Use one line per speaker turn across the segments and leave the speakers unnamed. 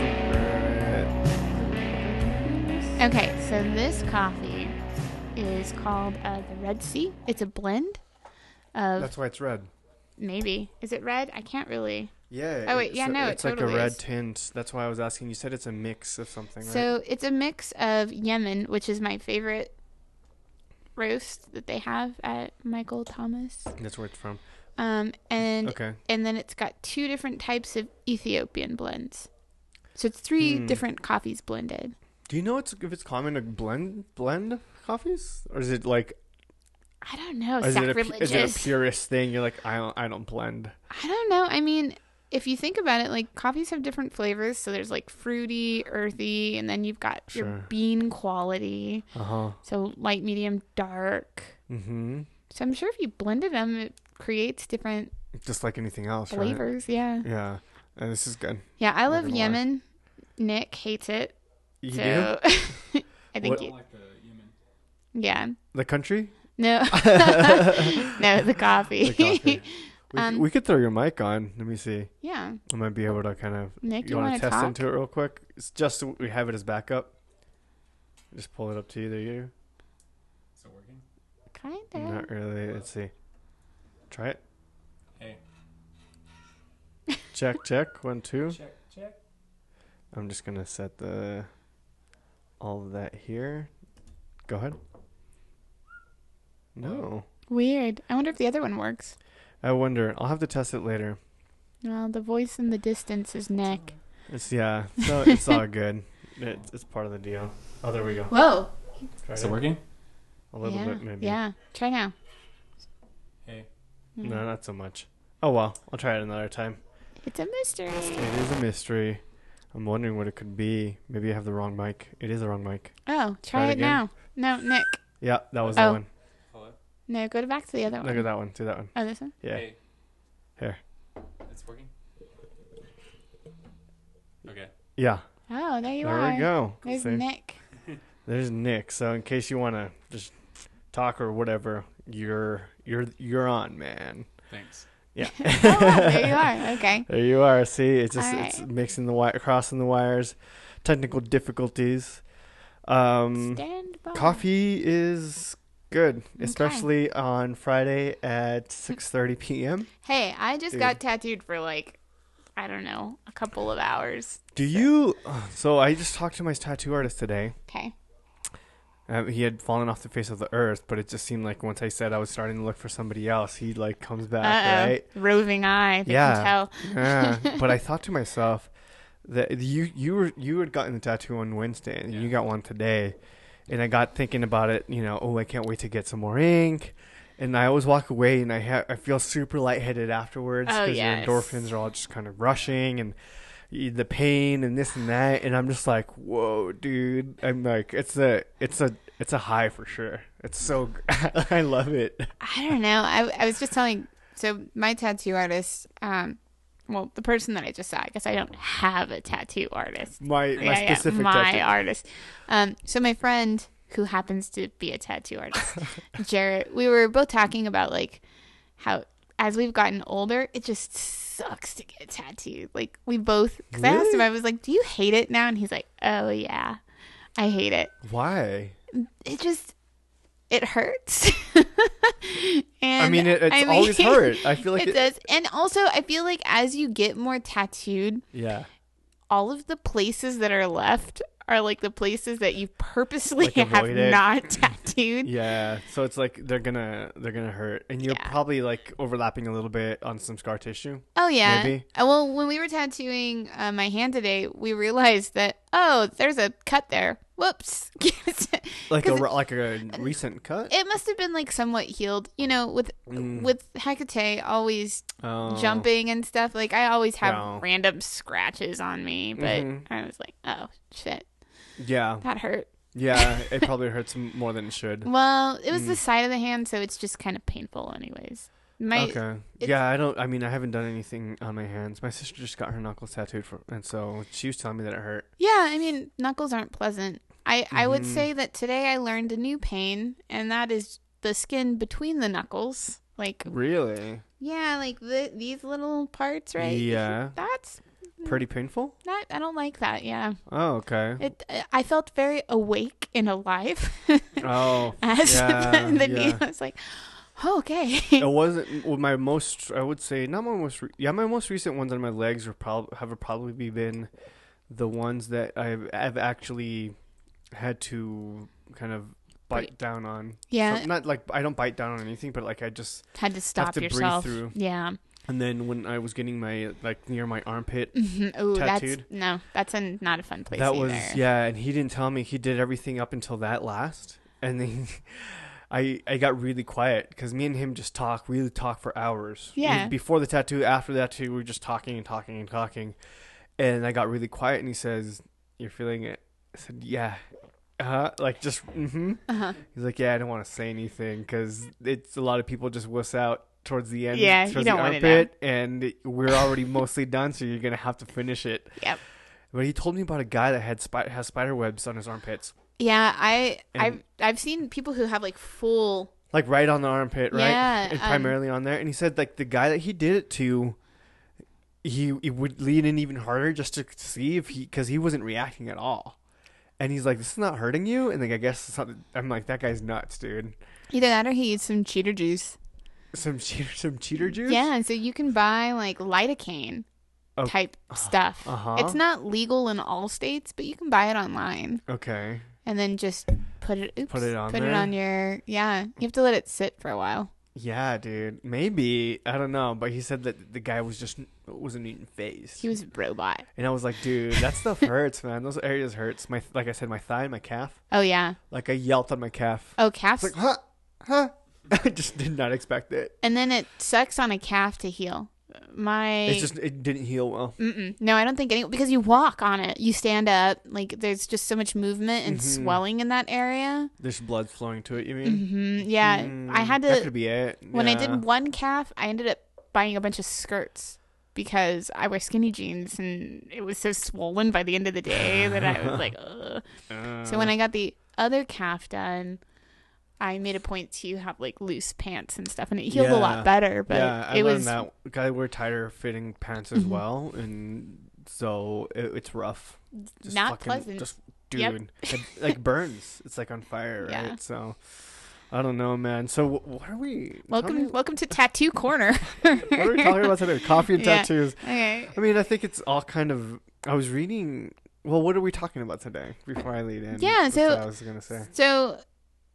Yeah.
Okay, so this coffee is called uh, the Red Sea. It's a blend of
That's why it's red.
maybe. Is it red? I can't really.
Yeah.
Oh, wait,
it's-
yeah, no, it
It's like a
totally
red
is.
tint. That's why I was asking. You said it's a mix of something, right?
So it's a mix of Yemen, which is my favorite roast that they have at Michael Thomas,
That's where it's from.
um, and
Okay.
and then it's got two different types of Ethiopian blends. So it's three
Hmm.
different coffees blended.
Do you know it's, if it's common to blend blend coffees, or is it like
I don't know.
is it, a, pu-
Oh, sacrilegious.
is it a purist thing? You're like I don't I don't blend.
I don't know. I mean, if you think about it, like coffees have different flavors. So there's like fruity, earthy, and then you've got your
Sure.
bean quality.
Uh huh.
So light, medium, dark.
Mm-hmm.
So I'm sure if you blended them, it creates different
Just like anything else, right?
flavors. Yeah.
Yeah. And this is good.
Yeah. I love
gonna lie.
Yemen. Nick hates it.
You do
so I think
What-
you, yeah.
the country.
No. no, the coffee.
The coffee. We,
Um,
we could throw your mic on. Let me see.
yeah.
I might be able to kind of.
Nick, you
you want
wanna
to test
talk?
into it real quick? It's just so we have it as backup. Just pull it up to you. There you.
Still working?
Kind of.
Not really. Let's see. Try it.
Hey,
Check. Check. One two.
check, check.
I'm just gonna set the all of that here. Go ahead. No.
Weird. I wonder if the other one works.
I wonder. I'll have to test it later.
Well, the voice in the distance is Nick.
It's yeah. So it's all good. It's, it's part of the deal. Oh, there we go.
Whoa.
Try
Is it
it.
working?
A little
yeah.
bit maybe.
Yeah. Try now. Mm.
Hey,
Mm-hmm.
No, not so much. Oh well, I'll try it another time.
It's a mystery.
It is a mystery. I'm wondering what it could be. Maybe I have the wrong mic. It is the wrong mic.
Oh, try,
Try it
it
again.
now. No, Nick.
Yeah, that was
Oh,
that one.
hello.
No, go to back to the other
Look
one.
at that one. Do that one.
Oh, this one?
Yeah.
Hey.
Here.
It's working? Okay.
Yeah.
Oh, there you
there
are.
we go.
There's
See?
Nick.
There's Nick. So in case you want to just talk or whatever, you're you're you're on, man.
Thanks.
Oh, wow, there you are. Okay.
There you are. See, it's just
All
it's
right.
mixing the wire, crossing the wires, technical difficulties. Um,
Stand by.
coffee is good,
Okay.
especially on Friday at 6:30 p.m.
Hey, I just
Dude.
got tattooed for like, I don't know, a couple of hours.
Do you? So I just talked to my tattoo artist today.
Okay.
Um, he had fallen off the face of the earth, but it just seemed like once I said I was starting to look for somebody else, he like comes
Uh
back,
oh.
right?
Roving eye. They
Yeah.
can tell.
yeah, but I thought to myself that you you were you had gotten the tattoo on Wednesday and you
Yeah.
got one today, and I got thinking about it. You know, oh, I can't wait to get some more ink. And I always walk away and I ha- I feel super lightheaded afterwards
Oh, yes.
your endorphins are all just kind of rushing and y- the pain and this and that and I'm just like whoa dude I'm like it's a it's a it's a high for sure it's so gr- I love it
I don't know. I, I was just telling. So my tattoo artist, um, well, the person that I just saw. I guess I don't have a tattoo artist.
my my
Yeah, yeah,
specific
my
tattoo.
artist. Um, so my friend who happens to be a tattoo artist, Jarrett. We were both talking about like how as we've gotten older, it just sucks to get tattooed. Like we both. Because I asked him,
Really?
I was like, "Do you hate it now?" And he's like, "Oh yeah, I hate it."
why
it just it hurts. and
I mean, it, it's
I mean,
always hurt. I feel like
it,
it,
does. And also, I feel like as you get more tattooed,
yeah,
all of the places that are left are like the places that you purposely
Like,
have
avoid it.
not tattooed.
yeah. So it's like they're gonna they're gonna hurt, and you're
Yeah.
probably like overlapping a little bit on some scar tissue.
Oh yeah.
Maybe.
Uh, Well, when we were tattooing uh, my hand today, we realized that oh, there's a cut there. Whoops.
Like a
'Cause
ro- like a recent cut.
It must have been like somewhat healed, you know. With
Mm.
with Hecate always
Oh.
jumping and stuff. Like I always have
Yeah.
random scratches on me, but
Mhm.
I was like, oh shit,
Yeah,
that hurt.
yeah. It probably hurts m- more than it should.
Well, it was the side of the hand, so it's just kind of painful, anyways. My
okay.
it's-
Yeah, I don't. I mean, I haven't done anything on my hands. My sister just got her knuckles tattooed, for, and so she was telling me that it hurt.
yeah, I mean knuckles aren't pleasant. I I would
Mhm.
say that today I learned a new pain, and that is the skin between the knuckles. Like
Really?
yeah, like the, these little parts, right?
Yeah.
That's
Pretty painful.
not. I don't like that. Yeah.
Oh, okay.
It. I felt very awake and alive.
Oh,
As
Yeah,
the, the knee
yeah.
was like, oh, okay.
it wasn't well, my most. I would say not my most. Re- yeah, my most recent ones on my legs are probably have probably be been the ones that I've I've actually had to kind of bite down on.
Yeah.
So, not like I don't bite down on anything, but like I just
Had to stop
to breathe
yourself.
through.
Yeah.
and then when I was getting my like near my armpit.
Mhm. Ooh,
Tattooed.
that's no, that's a, not a fun place.
that
either.
was yeah and he didn't tell me he did everything up until that last and then i i got really quiet because me and him just talk really talk for hours We-
Yeah.
before the tattoo after that too we were just talking and talking and talking and i got really quiet and he says you're feeling it i said yeah uh-huh. like just mm-hmm
Uh-huh.
he's like yeah i don't want to say anything because it's a lot of people just wuss out towards the end
Yeah,
towards
you
the
don't wanna know.
armpit, and we're already mostly done so you're gonna have to finish it
Yep.
but he told me about a guy that had spi- has spider webs on his armpits,
Yeah, I I've
And-
I've seen people who have like full
like right on the armpit, right,
Yeah,
and
um,
primarily on there. And he said like the guy that he did it to, he he would lean in even harder just to see if he because he wasn't reacting at all. And he's like, "This is not hurting you." And like, I guess it's not, I'm like, "That guy's nuts, dude."
either that or he eats some cheater juice.
Some cheater, some cheater juice.
Yeah, so you can buy like lidocaine
Oh,
type stuff.
uh-huh.
It's not legal in all states, but you can buy it online
Okay.
and then just put it. Oops,
Put it on
Put it
there?
on your. Yeah, you have to let it sit for a while.
Yeah, dude. Maybe I don't know, but he said that the guy was just wasn't even phased.
He was a robot.
And I was like, dude, that stuff hurts, man. Those areas hurts. My like I said, my thigh and my calf.
Oh yeah.
Like I yelped on my calf.
Oh calves.
It's like, huh, huh. I just did not expect it.
and then it sucks on a calf to heal. My
It's just it didn't heal well.
Mm-mm. No, I don't think any because you walk on it, you stand up, like there's just so much movement and
Mhm.
swelling in that area.
There's blood flowing to it. You mean?
hmm Yeah,
Mm,
I had
That
to
could be it.
when I
Yeah.
did one calf, I ended up buying a bunch of skirts because I wear skinny jeans and it was so swollen by the end of the day that I was like, Ugh.
Uh,
so when I got the other calf done. I made a point to have like loose pants and stuff, and it healed a
Yeah.
lot better. But
yeah, I
it
learned
was
that I wear tighter fitting pants as
Mhm.
well, and so it, it's rough. Just
Not
fucking-
pleasant.
Just dude,
Yep.
it, like burns. It's like on fire, right?
Yeah.
So I don't know, man. So wh- what are we? tell me-
welcome, welcome to Tattoo Corner.
what are we talking about today? Coffee and
Yeah.
tattoos.
Okay.
I mean, I think it's all kind of. I was reading. Well, what are we talking about today? Before I lead in,
Yeah,
that's
so-
what I was gonna say.
So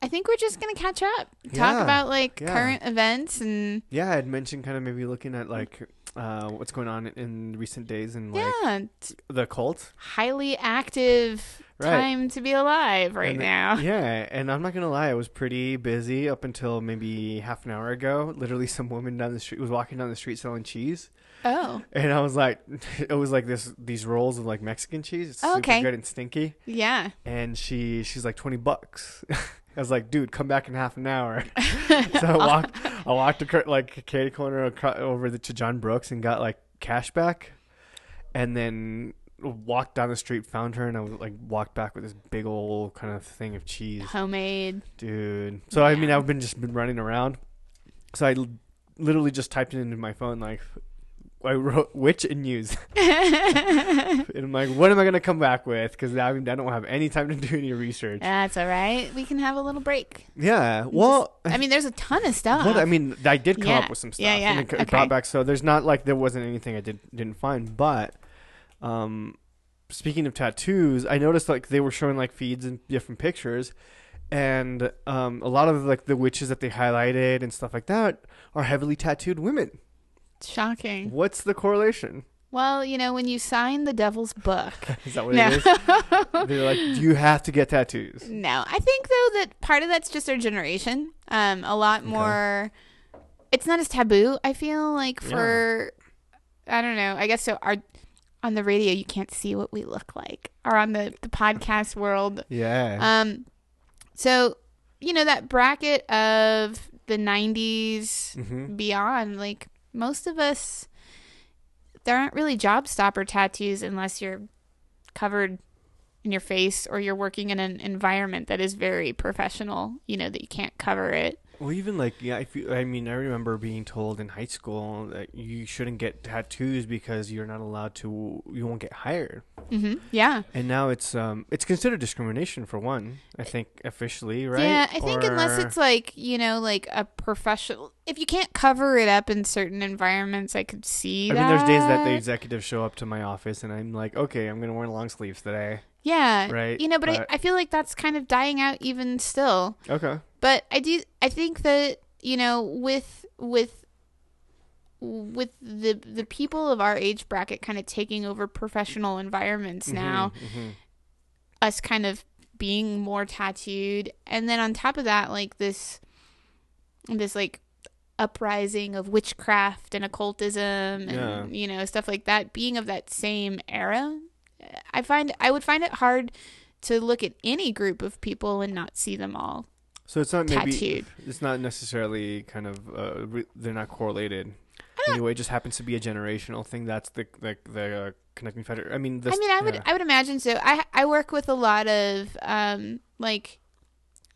I think we're just gonna catch up, talk
Yeah,
about like
yeah.
current events and
Yeah, I'd mentioned kind of maybe looking at like uh, what's going on in recent days and like
yeah, it's
the cult.
highly active
Right.
time to be alive right
And-
now.
Yeah, and I'm not gonna lie, I was pretty busy up until maybe half an hour ago. Literally, some woman down the street was walking down the street selling cheese,
Oh,
and I was like, it was like this these rolls of like Mexican cheese. It's
Oh,
super
okay.
good and stinky.
yeah.
and she she's like 20 bucks i was like dude come back in half an hour so i walked i walked acro- like katie corner acro- over the, to john brooks and got like cash back and then walked down the street found her and i was like walked back with this big old kind of thing of cheese
Homemade.
dude so i mean i've been just been running around so i l- literally just typed it into my phone like i wrote which and use
That's
and i'm like what am i gonna come back with because I, I don't have any time to do any research
all right. We can have a little break.
Yeah. Well,
I mean, there's a ton of stuff.
what I mean, I did come
Yeah,
up with some stuff.
yeah, yeah,
And it, c-
okay.
brought back. So there's not like there wasn't anything I did didn't find. But, um, speaking of tattoos, I noticed like they were showing like feeds and different pictures, and um, a lot of like the witches that they highlighted and stuff like that are heavily tattooed women.
Shocking.
What's the correlation?
Well, you know, when you sign the devil's book,
Is that what
no,
it is? They're like, you have to get tattoos.
No, I think though that part of that's just our generation. Um, a lot more. It's not as taboo. I feel like for, I don't know. I guess so. Our on the radio, you can't see what we look like, or on the the podcast world.
Yeah.
Um, so you know that bracket of the 90s
Mm-hmm.
beyond, like most of us, there aren't really job stopper tattoos unless you're covered in your face or you're working in an environment that is very professional, you know, that you can't cover it.
Well, even like yeah, if you, I mean, I remember being told in high school that you shouldn't get tattoos because you're not allowed to, you won't get hired.
hmm Yeah.
And now it's um, it's considered discrimination for one, I think officially, right?
Yeah, I think unless
Or-
it's like, you know, like a professional if you can't cover it up in certain environments, I could see
I
that.
mean, there's days that the executives show up to my office and I'm like, okay, I'm gonna wear long sleeves today.
Yeah.
Right,
Uh, You know, but,
but-
I, I feel like that's kind of dying out even still.
Okay.
But I do I think that, you know, with with with the the people of our age bracket kind of taking over professional environments now,
hmm
us kind of being more tattooed and then on top of that like this this like uprising of witchcraft and occultism and
Yeah.
you know stuff like that being of that same era i find i would find it hard to look at any group of people and not see them all
So it's not maybe
Tattooed.
it's not necessarily kind of uh, re- they're not correlated. Anyway, it just happens to be a generational thing. That's the the, the uh, connecting factor. I mean, this,
I mean, I would
yeah.
I would imagine so. I I work with a lot of um like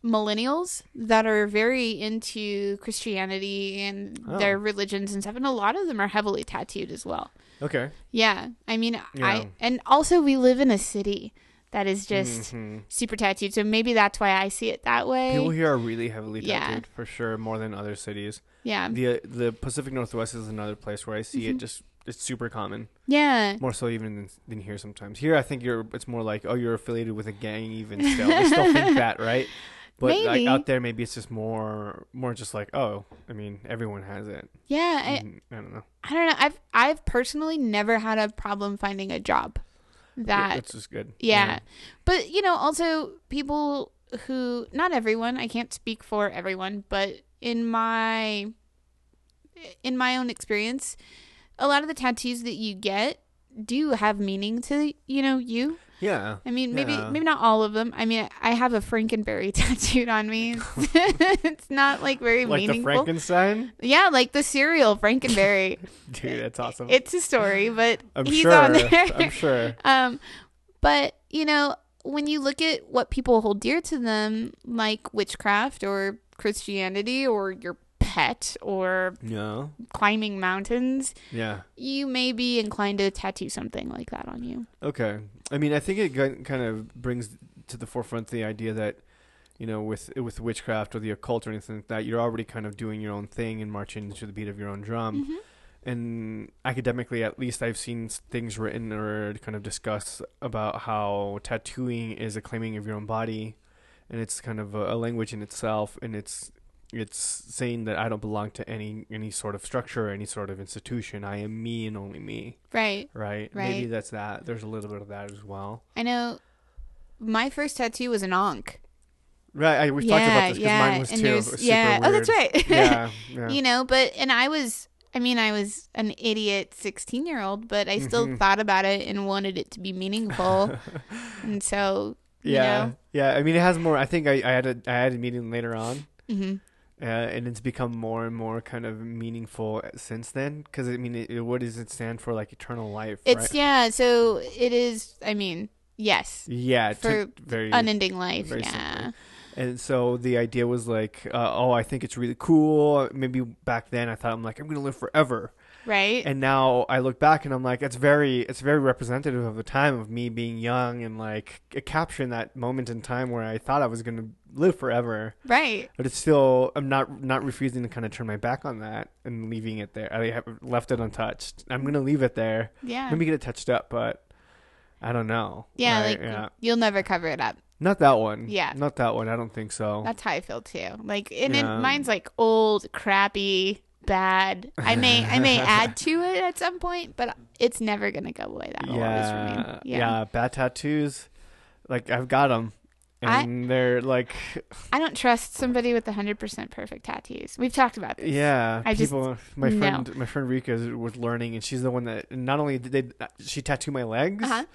millennials that are very into Christianity and
Oh.
their religions and stuff, and a lot of them are heavily tattooed as well.
okay.
Yeah, I mean,
Yeah.
I and also we live in a city that is just
Mhm.
super tattooed, so maybe that's why I see it that way.
people here are really heavily
Yeah.
tattooed for sure, more than other cities.
yeah,
the uh, The Pacific Northwest is another place where I see
Mm-hmm.
it just. It's super common,
yeah.
more so even than, than here. Sometimes here, I think you're. It's more like, oh, you're affiliated with a gang. Even still, they still think that, right? But like
Maybe.
out there, maybe it's just more, more just like, oh, I mean, everyone has it.
Yeah, I,
Mhm. I don't know.
I don't know. I've I've personally never had a problem finding a job that
it's just good.
Yeah. But, you know, also people who, not everyone, I can't speak for everyone, but in my in my own experience, a lot of the tattoos that you get do have meaning to, you know, you.
Yeah.
I mean, maybe
Yeah.
maybe not all of them. I mean, I have a Frankenberry tattooed on me. it's not like very
Like the
meaningful.
Frankenstein?
yeah, like the cereal Frankenberry.
Dude, that's awesome.
it's a story, but
I'm
he's
sure.
on there.
I'm sure.
Um, but you know, when you look at what people hold dear to them, like witchcraft or Christianity or your pet or
Yeah.
climbing mountains,
Yeah.
you may be inclined to tattoo something like that on you.
Okay. I mean, I think it kin- kind of brings to the forefront the idea that you know, with with witchcraft or the occult or anything like that, you're already kind of doing your own thing and marching to the beat of your own drum.
Mhm.
And academically, at least, I've seen s- things written or kind of discussed about how tattooing is a claiming of your own body, and it's kind of a, a language in itself, and it's it's saying that I don't belong to any any sort of structure or any sort of institution. I am me and only me.
Right.
Right. Maybe
Right.
that's that. There's a little bit of that as well.
I know. My first tattoo was an onk.
Right. I, we've talked about this because mine was
and
too. It
there's-
was super
yeah. Oh, that's
weird.
right.
yeah. Yeah.
you know but and i was i mean i was an idiot 16 year old but i still
Mhm.
thought about it and wanted it to be meaningful and so you
yeah.
know.
Yeah. I mean, it has more. I think I, I had a I had a meeting later on,
mhm.
uh, and it's become more and more kind of meaningful since then. Because I mean, it, it- what does it stand for? Like eternal life.
it's
right?
yeah so it is i mean yes
yeah. it
for
took very
unending life
very
yeah
And so the idea was like, uh, oh, I think it's really cool. Maybe back then I thought I'm like I'm gonna live forever.
right
and now I look back and I'm like, it's very, it's very representative of the time of me being young and like c- capturing that moment in time where I thought I was going to live forever,
right
but it's still, I'm not, not refusing to kind of turn my back on that and leaving it there. I have left it untouched. I'm going to leave it there.
yeah
Maybe get it touched up, but I don't know.
yeah
Right?
like you'll never cover it up
Not that one.
Yeah.
Not that one. I don't think so.
that's how i feel too like and it,
Yeah.
mine's like old crappy bad i may i may add to it at some point but it's never gonna go away that'll always remain
yeah. yeah. Bad tattoos. Like I've got them.
I-
And they're like,
I don't trust somebody with 100% perfect tattoos. We've talked about this.
Yeah,
I just-
people. my
no.
friend, my friend Rika is- was learning, and she's the one that not only did they she tattooed my legs,
Uh-huh.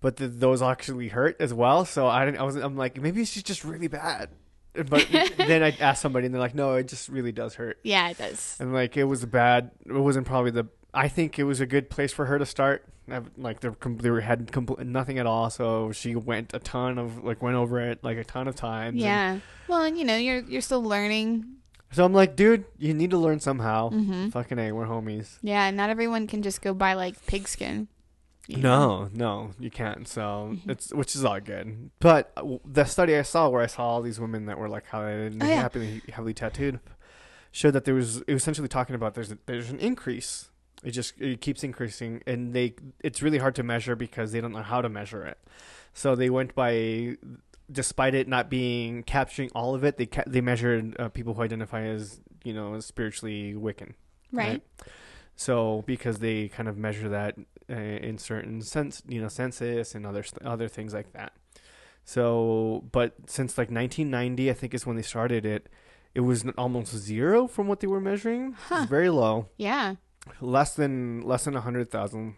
but the, those actually hurt as well. So I didn't. I was. I'm like, maybe she's just really bad. but then I asked somebody, and they're like, "No, it just really does hurt."
Yeah, it does.
And like, it was bad. It wasn't probably the. I think it was a good place for her to start. I- Like they they were had compl- nothing at all, so she went a ton of like went over it like a ton of times. and-
Yeah. Well, and you know, you're you're still learning.
so I'm like, dude, you need to learn somehow.
Mhm.
Fucking a, we're homies.
Yeah, not everyone can just go buy like pigskin. you know? Mm-hmm.
No, no, you can't. So it's which is all good. But uh, w- the study I saw where I saw all these women that were like how they
Oh, yeah.
happily heavily tattooed showed that there was it was essentially talking about there's a, there's an increase. It just it keeps increasing, and they it's really hard to measure because they don't know how to measure it. So they went by. Despite it not being capturing all of it, they ca- they measured uh, people who identify as you know as spiritually Wiccan.
Right.
So because they kind of measure that uh, in certain sense, you know, census and other st- other things like that. So, but since like 1990, I think is when they started it. It was n- almost zero from what they were measuring. It
Huh.
was very low,
Yeah.
less than less than hundred thousand.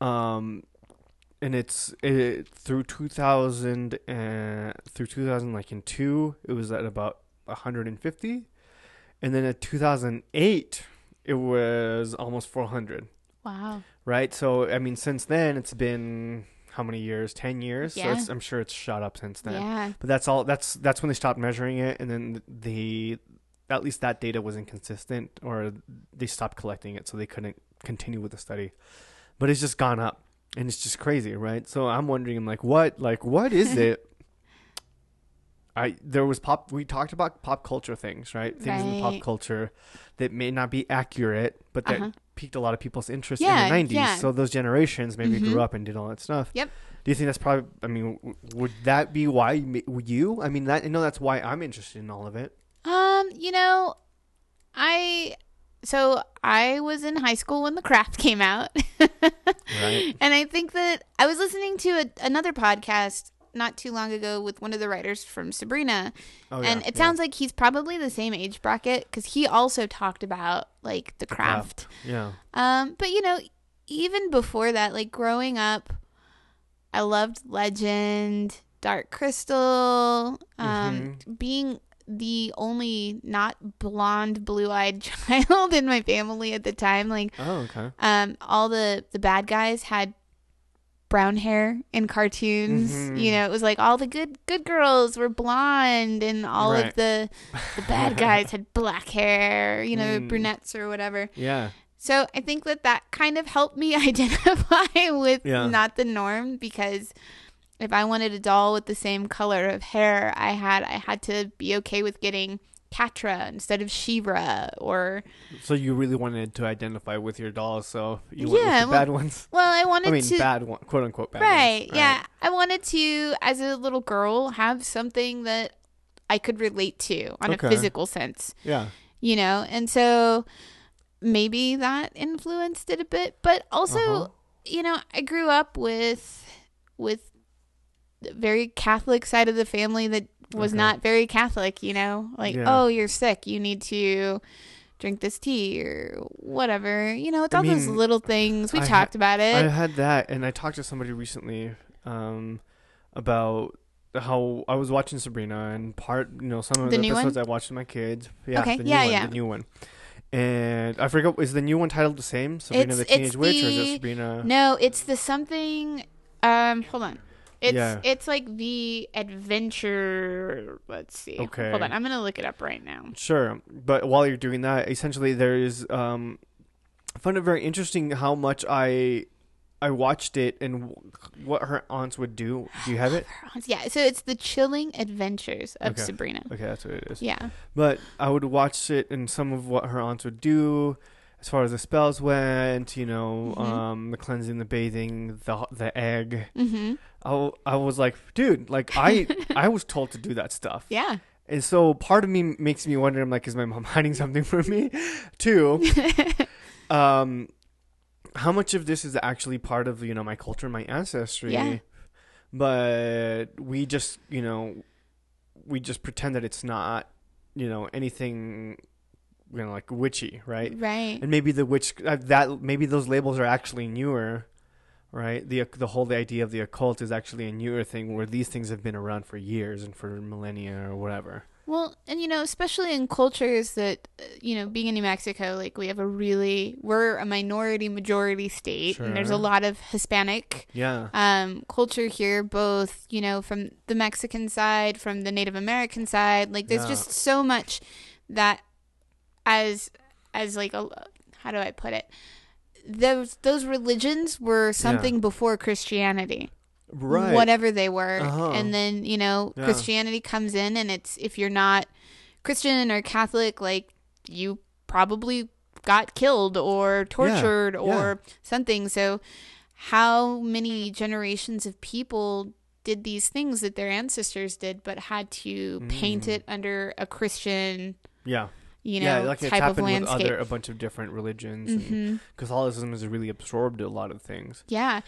Um, and it's it, through 2000 uh, through 2000 like in two, it was at about 150, and then at 2008, it was almost 400
Wow.
right? So I mean, since then it's been how many years? Ten years. So
Yeah.
it's, I'm sure it's shot up since then.
Yeah.
But that's all. That's that's when they stopped measuring it, and then the at least that data was inconsistent, or they stopped collecting it, so they couldn't continue with the study. But it's just gone up, and it's just crazy, right? So I'm wondering, I'm like, what, like, what is it? I there was pop. We talked about pop culture things, right? Things in pop
Right.
culture that may not be accurate, but that
Uh-huh.
piqued a lot of people's interest
Yeah,
in the 90s.
yeah.
So those generations maybe
Mhm.
grew up and did all that stuff.
Yep.
Do you think that's probably, I mean, w- would that be why you ma- would you? I mean, that, I know that's why I'm interested in all of it.
Um, you know, I so I was in high school when The Craft came out.
Right.
And I think that I was listening to a, another podcast not too long ago with one of the writers from Sabrina.
Oh,
and
yeah,
it
yeah.
sounds like he's probably the same age bracket because he also talked about like the craft.
Yeah.
Um, but you know, even before that, like growing up, I loved Legend, Dark Crystal, um,
Mm-hmm.
being the only not blonde, blue eyed child in my family at the time. Like,
Oh, okay.
um, all the the bad guys had brown hair in cartoons.
Mhm.
You know, it was like all the good good girls were blonde, and all
Right.
of the the bad guys had black hair. You know,
Mm.
brunettes or whatever.
Yeah.
So I think that that kind of helped me identify with
Yeah.
not the norm because if I wanted a doll with the same color of hair I had, I had to be okay with getting Catra instead of Shira or
So you really wanted to identify with your dolls, so you went with
Yeah,
the
well,
bad ones.
well, I wanted
I mean,
to
bad one, quote unquote bad
right,
ones.
yeah, I wanted to as a little girl have something that I could relate to on
Okay.
a physical sense.
Yeah.
you know and so maybe that influenced it a bit but also
Uh-huh.
you know i grew up with with the very catholic side of the family that was
Okay.
not very catholic you know like
Yeah.
oh you're sick you need to drink this tea or whatever you know it's
I
all those
mean,
little things we
I ha-
talked about
I
it
had that, and I talked to somebody recently um, about how I was watching Sabrina, and part, you know, some of
The
the,
new one?
episodes I watched with my kids. Yeah,
Okay,
the new
yeah,
one,
yeah.
the new one. And I forget, is the new one titled the same? Sabrina
It's-
the
it's
Teenage Witch, or is
the-
it Sabrina?
no it's the something um hold on it's
Yeah.
it's like the adventure let's see
Okay.
hold on i'm gonna look it up right now
Sure, but while you're doing that, essentially there is. Um, I found it very interesting how much I, I watched it and wh- what her aunts would do. Do you have it?
Yeah, so it's the chilling adventures of
Okay.
Sabrina.
Okay, that's what it is.
Yeah.
But I would watch it and some of what her aunts would do as far as the spells went, you know,
Mhm.
um, the cleansing, the bathing, the the egg.
Mm-hmm.
I, w- I was like, dude, like I I was told to do that stuff.
Yeah.
And so part of me makes me wonder, I'm like, is my mom hiding something from me? Two, um, how much of this is actually part of, you know, my culture, my ancestry?
Yeah.
But we just, you know, we just pretend that it's not, you know, anything, you know, like witchy, right?
Right.
And maybe the witch, uh, that, maybe those labels are actually newer. right? The the whole idea of the occult is actually a newer thing where these things have been around for years and for millennia or whatever.
Well, and you know, especially in cultures that, uh, you know, being in New Mexico, like we have a really, we're a minority majority state, and there's a
Sure.
lot of Hispanic
Yeah.
um, culture here, both, you know, from the Mexican side, from the Native American side. Like there's
Yeah.
just so much that as, as like a, how do I put it? Those, those religions were something before Christianity
Right.
whatever they were.
Uh-huh.
And then, you know,
Yeah.
Christianity comes in and it's if you're not Christian or Catholic, like you probably got killed or tortured or something. So how many generations of people did these things that their ancestors did but had to paint it under a Christian,
yeah.
you know,
Mm. yeah, like it's
type of
happened with
landscape?
other a bunch of different religions. And
Mhm.
Catholicism has really absorbed a lot of things.
Yeah.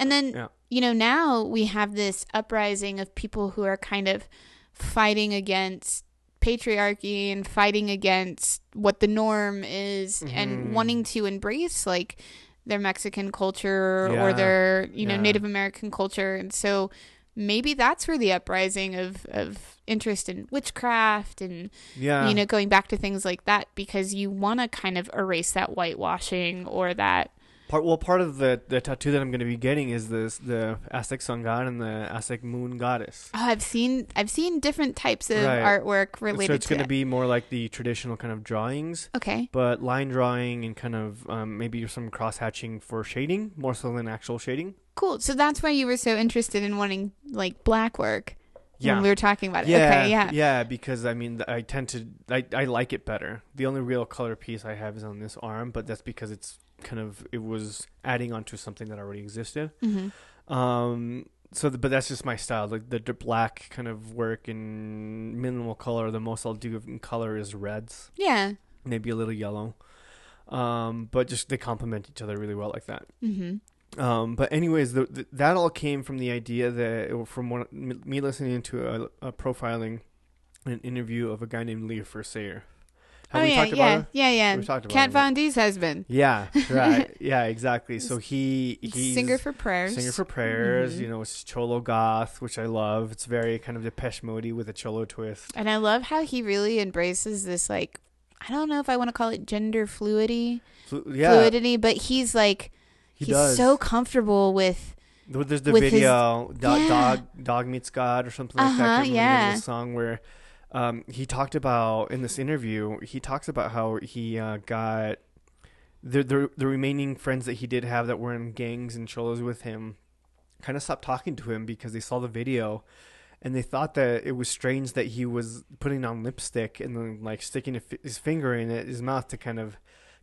And then,
Yeah.
you know, now we have this uprising of people who are kind of fighting against patriarchy and fighting against what the norm is
Mhm.
and wanting to embrace like their Mexican culture or
Yeah.
their, you know,
Yeah.
Native American culture. And so maybe that's where the uprising of, of interest in witchcraft and,
Yeah.
you know, going back to things like that because you want to kind of erase that whitewashing or that.
Part well, part of the the tattoo that I'm going to be getting is this the Aztec sun god and the Aztec moon goddess.
Oh, I've seen I've seen different types of
Right.
artwork
And
related
So it's
to
going to
that.
be more like the traditional kind of drawings,
okay.
but line drawing and kind of um, maybe some cross hatching for shading more so than actual shading.
Cool. So that's why you were so interested in wanting like black work
Yeah.
when we were talking about it.
Yeah,
okay, yeah.
because I mean, th- I tend to I, I like it better. The only real color piece I have is on this arm, but that's because it's kind of it was adding onto something that already existed.
hmm
Um, so, the, but that's just my style. Like the, the black kind of work and minimal color. The most I'll do in color is reds,
Yeah.
maybe a little yellow. Um, but just they complement each other really well like that.
hmm
Um, but anyways, the, the, that all came from the idea that from one, m- me listening to a, a profiling, an interview of a guy named Leo Fursayer.
Oh yeah, yeah,
it?
yeah, yeah,
We've talked about
Kat
him.
Von D's husband,
Yeah, right. yeah, exactly. So he he's
singer for prayers.
singer for prayers.
Mhm.
You know, it's cholo goth, which I love. It's very kind of Depeche Mode with a cholo twist.
and I love how he really embraces this like I don't know if I want to call it gender fluidity,
Flu- yeah,
fluidity, but he's like
he
he's
does.
so comfortable with
Th- There's the
With his-
video Do-
Yeah.
dog dog meets God or something like that. I
Uh-huh,
can't remember the, name
yeah.
of the song where um, he talked about in this interview. He talks about how he uh, got the, the the remaining friends that he did have that were in gangs and cholos with him kind of stopped talking to him because they saw the video and they thought that it was strange that he was putting on lipstick and then like sticking a fi- his finger in it, his mouth to kind of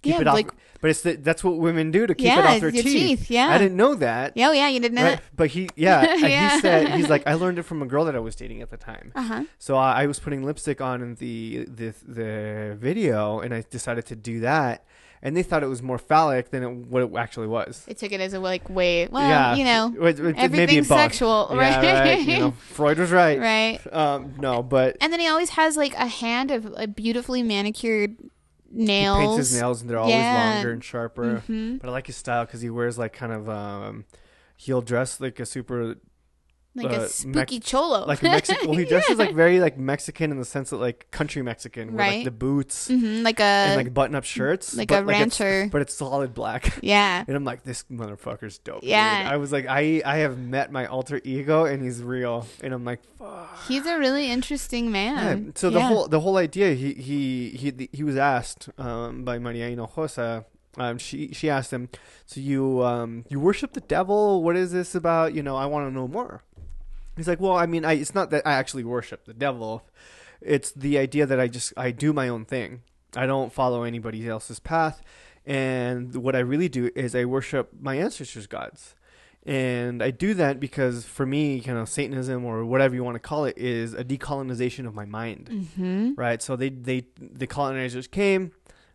keep
Yeah,
it off.
like-
but it's the, that's what women do to keep it
yeah
off their
your
teeth.
Yeah.
I didn't know that.
Yeah, oh, yeah, you didn't know.
Right? But he, yeah, and
Yeah.
he said he's like I learned it from a girl that I was dating at the time.
Uh huh.
So I, I was putting lipstick on in the the the video, and I decided to do that, and they thought it was more phallic than it, what it actually was.
They took it as a like way. Well,
yeah,
you know,
It- it- it may be
everything's
both.
sexual, right?
Yeah, right. You know, Freud was right.
Right.
Um, no, but
And then he always has like a hand of a beautifully manicured nails.
he paints his nails, and they're always
Yeah.
longer and sharper.
Mhm.
But I like his style because he wears like kind of um, he'll dress like a super
Like
uh,
a
Mex-
spooky cholo.
like Mexican. Well, he dresses like very like Mexican in the sense that like country Mexican, with
Right.
like the boots
hmm like a
and like button-up shirts,
like
but,
a
it's-
rancher.
but it's solid black.
yeah.
And I'm like, this motherfucker's dope. dude.
Yeah.
I was like, I I have met my alter ego, and he's real. And I'm like, fuck.
He's a really interesting man.
Yeah. So the
Yeah.
whole the whole idea he he he he was asked um, by Maria Hinojosa. Um, she she asked him, so you um, you worship the devil? What is this about? You know, I want to know more. He's like, well, I mean, I, it's not that I actually worship the devil. It's the idea that I just I do my own thing. I don't follow anybody else's path. And what I really do is I worship my ancestors' gods. And I do that because for me, you know, Satanism or whatever you want to call it is a decolonization of my mind,
Mhm.
right? So they they the colonizers came,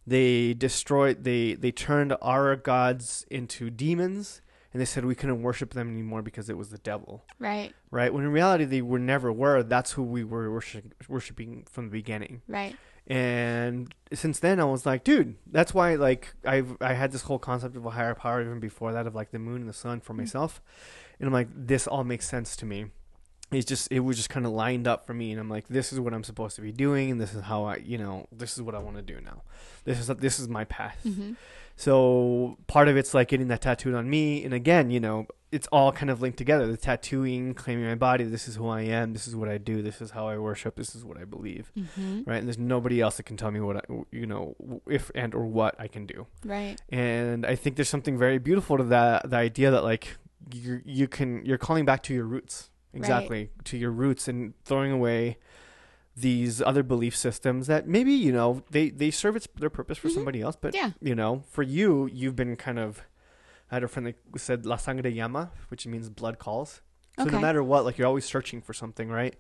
they destroyed, they they turned our gods into demons, and they said we couldn't worship them anymore because it was the devil,
Right.
right? When in reality they were never were. That's who we were worship, worshiping from the beginning.
Right.
And since then, I was like, dude, that's why like I've I had this whole concept of a higher power even before that of like the moon and the sun for myself, and I'm like, this all makes sense to me. It's just it was just kind of lined up for me, and I'm like, this is what I'm supposed to be doing, and this is how I, you know, this is what I want to do now. This is this is my path.
hmm
So part of it's like getting that tattooed on me, and again, you know, it's all kind of linked together. The tattooing, claiming my body, this is who I am, this is what I do, this is how I worship, this is what I believe,
hmm
right? And there's nobody else that can tell me what I, you know, if and or what I can do.
Right.
And I think there's something very beautiful to that, the idea that like you you can you're calling back to your roots, exactly to your roots, and throwing away these other belief systems that maybe you know they they serve its their purpose for
Mhm.
somebody else, but
yeah.
you know, for you, you've been kind of. I had a friend that said "la sangre llama," which means blood calls. So
Okay.
no matter what, like you're always searching for something, right?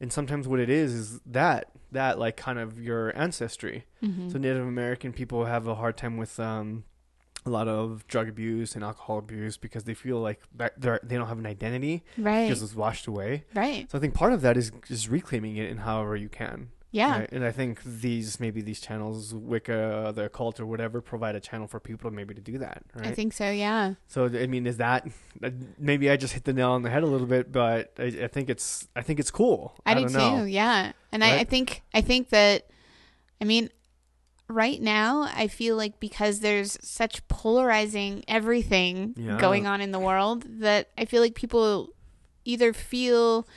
And sometimes what it is is that that like kind of your ancestry.
hmm
So Native American people have a hard time with um, a lot of drug abuse and alcohol abuse because they feel like that they're- they don't have an identity
right.
because it's washed away.
Right.
So I think part of that is is reclaiming it in however you can.
Yeah.
Right? And I think these maybe these channels, Wicca, the occult, or whatever, provide a channel for people maybe to do that. Right.
I think so. Yeah.
so. I mean, is that uh, maybe I just hit the nail on the head a little bit, but I, I think it's I think it's cool.
I,
I,
do
don't
too.
know.
Yeah. And I, I
Right?
think I think that I mean right now I feel like because there's such polarizing everything
Yeah.
going on in the world that I feel like people either feel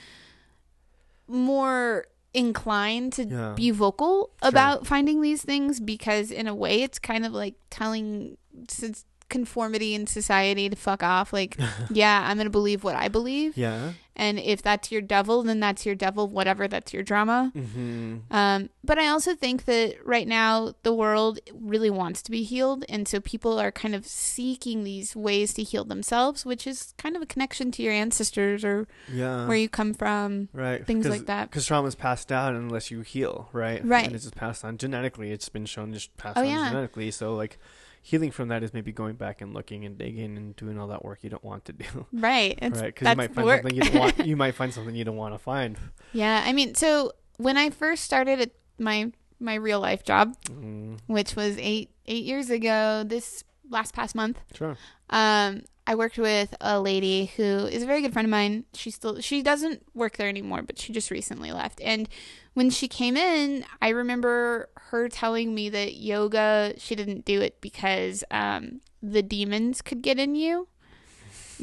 more inclined to
Yeah.
be vocal about finding these things because in a way it's kind of like telling since conformity in society to fuck off like yeah i'm gonna believe what i believe
Yeah.
and if that's your devil then that's your devil whatever that's your drama
hmm
um, but i also think that right now the world really wants to be healed and so people are kind of seeking these ways to heal themselves which is kind of a connection to your ancestors or
Yeah.
where you come from
right.
things like that
Uh. Because trauma is passed down unless you heal, right?
Right.
And it's just passed on genetically. It's been shown just passed
Oh,
on
yeah.
genetically. So like, healing from that is maybe going back and looking and digging and doing all that work you don't want to do.
right it's,
right. Because you
that's
might
the
find
work
something you don't want. You might find something you don't want to find.
yeah i mean so when i first started at my my real life job
Mm,
which was eight eight years ago this last past month
sure.
Um, I worked with a lady who is a very good friend of mine. She still she doesn't work there anymore, but she just recently left. And when she came in, I remember her telling me that yoga she didn't do it because um the demons could get in you.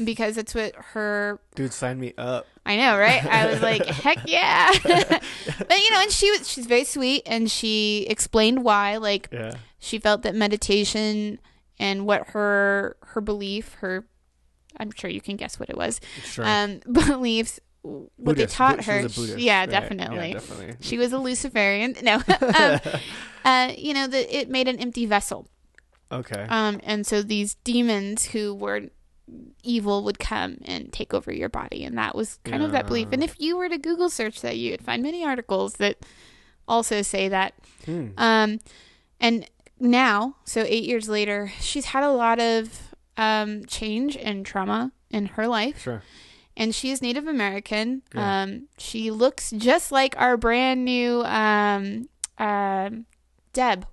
Because that's what her
Dude, sign me up.
I know, right? I was like, heck yeah. but you know, and she was she's very sweet and she explained why, like
Yeah.
she felt that meditation and what her her belief her i'm sure you can guess what it was
Sure.
um beliefs what they taught her
She was a Buddhist,
yeah
right.
definitely
Yeah, definitely.
she was a luciferian no um, uh, you know that it made an empty vessel
Okay.
um and so these demons who were evil would come and take over your body and that was kind of that belief
Yeah.
and if you were to google search that you would find many articles that also say that
Hmm.
um, and now, so eight years later, she's had a lot of um, change and trauma in her life.
Sure.
And she is Native American.
Yeah.
Um, she looks just like our brand new um, um Deb.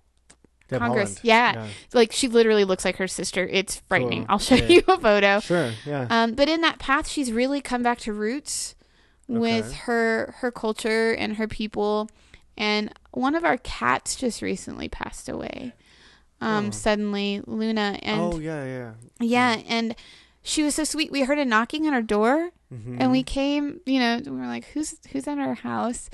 Deb
Congress,
Holland.
yeah. Like, she literally looks like her sister. It's frightening.
Cool.
I'll show
Yeah.
you a photo.
Sure. Yeah.
Um, but in that path, she's really come back to roots with
Okay.
her her culture and her people. And one of our cats just recently passed away. Um,
Oh.
suddenly Luna and
oh yeah, yeah.
yeah, and she was so sweet. We heard a knocking on her door,
Mm-hmm.
and we came. You know, we were like, "Who's who's at our house?"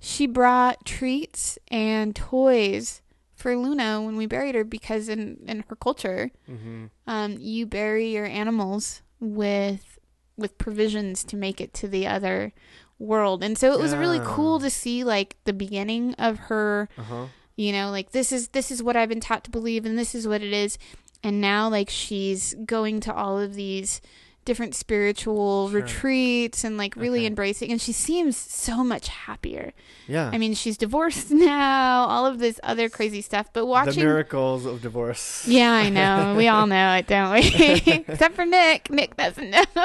She brought treats and toys for Luna when we buried her because in in her culture,
hmm
um, you bury your animals with with provisions to make it to the other world and so it was really
Yeah.
cool to see like the beginning of her
Uh huh.
you know like this is this is what i've been taught to believe and this is what it is and now like she's going to all of these different spiritual
Sure.
retreats and like really
Okay.
embracing and she seems so much happier
Yeah.
i mean she's divorced now all of this other crazy stuff but
the
watching
miracles of divorce.
yeah, I know. We all know it, don't we? Except for Nick. Nick doesn't know.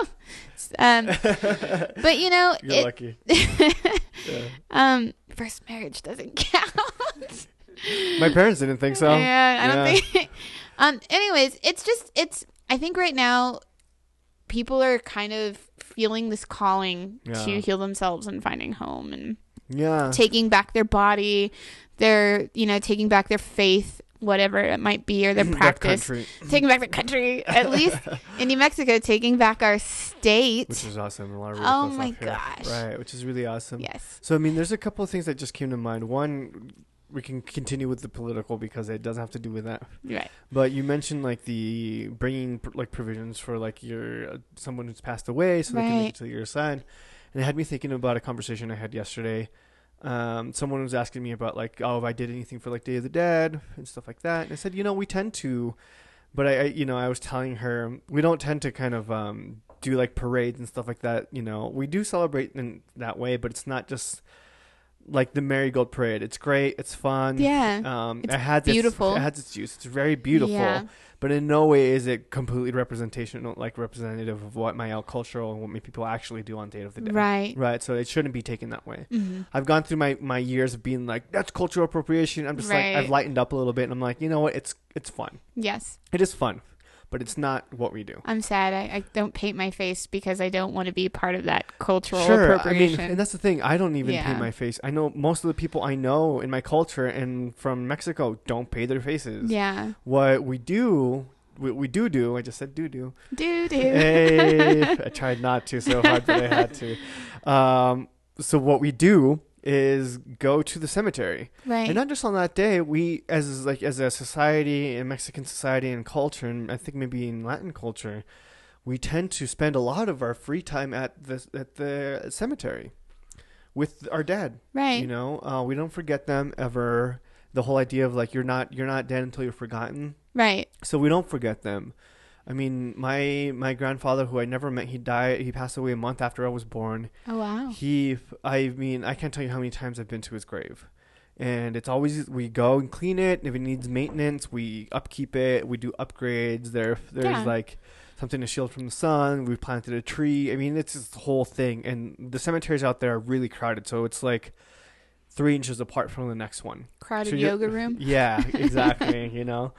Um, but you know,
You're
it,
lucky.
um, first marriage doesn't count.
My parents didn't think so.
yeah, I don't
Yeah.
think. um. Anyways, it's just it's. I think right now, people are kind of feeling this calling
Yeah.
to heal themselves and finding home and
Yeah.
taking back their body, their you know taking back their faith, whatever it might be, or their
That
practice.
country,
Taking back their country, at least in New Mexico, taking back our state.
which is awesome. A lot of really
Oh
cool
my
stuff here.
gosh.
Right, which is really awesome.
yes.
So I mean, there's a couple of things that just came to mind. One, we can continue with the political because it doesn't have to do with that.
Right.
But you mentioned like the bringing pr- like provisions for like your uh, someone who's passed away, so they can make
Right.
it to the other side. And it had me thinking about a conversation I had yesterday. Um, someone was asking me about like, oh, if I did anything for like Day of the Dead and stuff like that. And I said, you know, we tend to, but I, I you know, I was telling her we don't tend to kind of um, do like parades and stuff like that. You know, we do celebrate in that way, but it's not just like the Marigold Parade. It's great. It's fun.
Yeah.
Um,
It's
it has
beautiful.
Its, it has its use. It's very beautiful,
Yeah.
but in no way is it completely representational, like representative of what my out cultural and what my people actually do on Date of the Dead.
Right.
Right. So it shouldn't be taken that way.
hmm
I've gone through my my years of being like that's cultural appropriation. I'm just
Right.
like I've lightened up a little bit, and I'm like, you know what? It's it's fun.
Yes.
It is fun, but it's not what we do.
I'm sad. I, I don't paint my face because I don't want to be part of that cultural
I mean,
appropriation.
and that's the thing. I don't even
Yeah.
paint my face. I know most of the people I know in my culture and from Mexico don't paint their faces.
yeah.
What we do, we, we do do. I just said do do.
Do do.
hey, I tried not to so hard, but I had to. Um, so what we do is go to the cemetery, and
right.
not just on that day. We, as like as a society in Mexican society and culture, and I think maybe in Latin culture, we tend to spend a lot of our free time at the at the cemetery with our dead.
Right.
You know, uh, we don't forget them ever. The whole idea of like you're not you're not dead until you're forgotten
right.
so we don't forget them. I mean, my my grandfather, who I never met, he died. He passed away a month after I was born.
Oh wow.
He, I mean, I can't tell you how many times I've been to his grave, and it's always we go and clean it. If it needs maintenance, we upkeep it. We do upgrades. There, if there's
Yeah.
like something to shield from the sun. We planted a tree. I mean, it's this whole thing. And the cemeteries out there are really crowded, so it's like three inches apart from the next one.
Crowded
So you're-
yoga room.
Yeah, exactly. you know,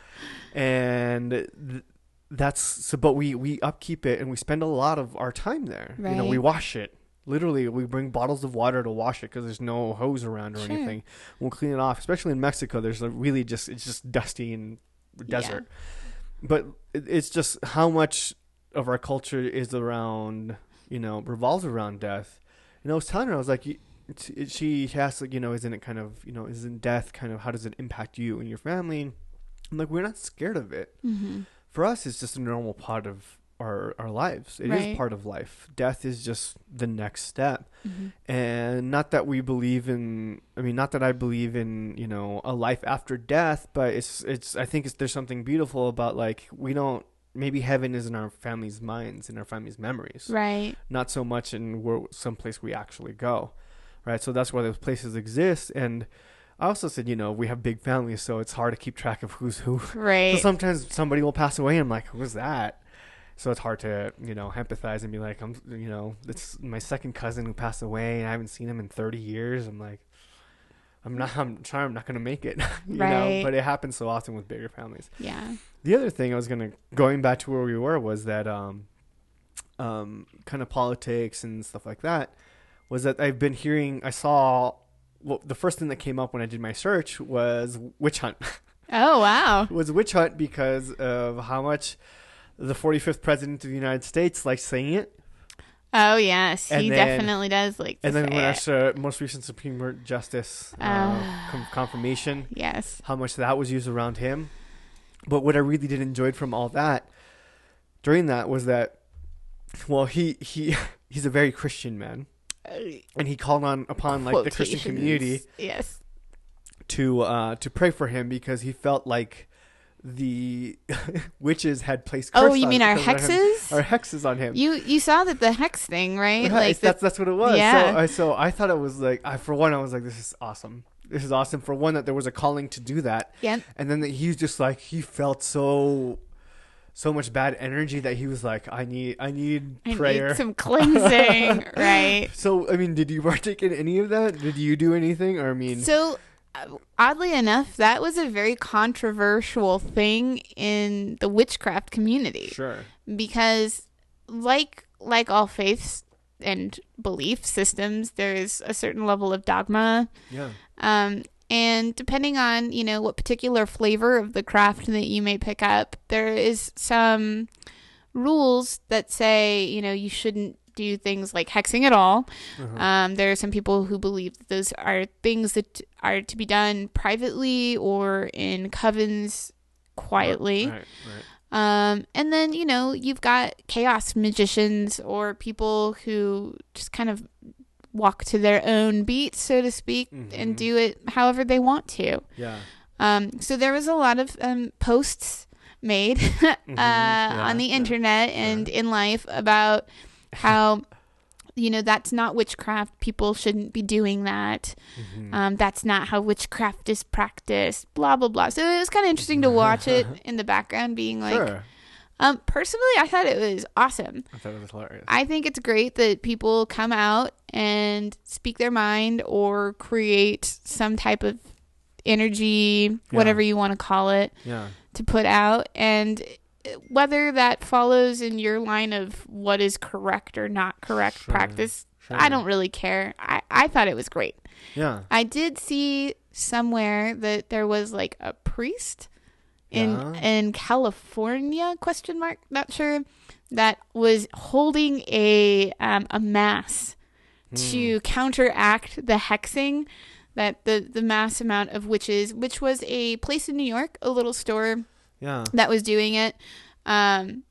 and th- that's so. But we we upkeep it, and we spend a lot of our time there. You know, we
Right.
wash it. Literally, we bring bottles of water to wash it because there's no hose around or
Sure.
anything. We'll clean it off, especially in Mexico. There's a really just it's just dusty and desert. But it- it's just how much of our culture is around, you know, revolves around death. And I was telling her, I was like, y- it's- it- she asked, like, you know, isn't it kind of, you know, isn't death kind of, how does it impact you and your family? I'm like, we're not scared of it.
Mm-hmm.
For us, it's just a normal part of our, our lives. It is
Right.
part of life. Death is just the next step.
hmm
And not that we believe in, I mean, not that I believe in, you know, a life after death, but it's, it's, I think it's, there's something beautiful about like, we don't, maybe heaven is in our family's minds, in our family's memories
Right.
not so much in where someplace we actually go, right? So that's why those places exist. And I also said, you know, we have big families, so it's hard to keep track of who's who. So
Right.
sometimes somebody will pass away, and I'm like, who was that? So it's hard to, you know, empathize and be like, I'm, you know, it's my second cousin who passed away, and I haven't seen him in 30 years. I'm like, I'm not, I'm trying, I'm not gonna make it, you know.
Right.
But it happens so often with bigger families.
yeah.
The other thing I was gonna going back to where we were was that um, um, kind of politics and stuff like that was that I've been hearing. I saw well, the first thing that came up when I did my search was witch hunt.
Oh wow.
was witch hunt because of how much the 45th president of the United States likes saying it,
Oh yes.
And
he
then-
definitely does like. To
and then
say
when I
it.
saw most recent Supreme Court Justice uh,
Ah.
com- confirmation,
Yes.
how much that was used around him. But what I really did enjoy from all that during that was that well he he he's a very Christian man and he called on upon like the Christian
Quotations.
community
Yes.
to uh to pray for him because he felt like the witches had placed
Oh,
curse
you
on-
mean our
because of him-
hexes?
our hexes on him
You you saw that the hex thing, right?
Right,
Like the-
that's that's what it was.
Yeah.
So, I, so I thought it was like I for one I was like this is awesome. This is awesome for one that there was a calling to do that.
Yep.
And then that he was just like he felt so so much bad energy that he was like I need I need
I need
prayer.
some cleansing, right?
so I mean, did you partake in any of that? Did you do anything? Or I mean,
So uh, oddly enough, that was a very controversial thing in the witchcraft community
Sure.
because like like all faiths and belief systems, there is a certain level of dogma
Yeah.
um, and depending on, you know, what particular flavor of the craft that you may pick up, there is some rules that say, you know, you shouldn't do things like hexing at all.
Uh-huh.
Um, there are some people who believe that those are things that are to be done privately or in covens quietly.
Right. Right.
Um, and then, you know, you've got chaos magicians or people who just kind of walk to their own beat, so to speak, and
Mhm.
do it however they want to.
Yeah.
Um, so there was a lot of um, posts made uh,
Mm-hmm. Yeah,
on the
yeah.
internet and in life about how. You know, that's not witchcraft. People shouldn't be doing that.
Mhm.
Um, that's not how witchcraft is practiced, blah, blah, blah. So it was kind of interesting to watch it in the background, being like,
sure.
um, personally, I thought it was awesome.
I thought it was hilarious.
I think it's great that people come out and speak their mind or create some type of energy, whatever you want to call it,
yeah.
to put out. And whether that follows in your line of what is correct or not correct
Sure,
practice,
Sure.
I don't really care. I, I thought it was great.
Yeah.
I did see somewhere that there was like a priest in
Yeah.
in California question mark not sure that was holding a um, a mass to counteract the hexing that the the mass amount of witches which was a place in New York a little store
Yeah.
that was doing it um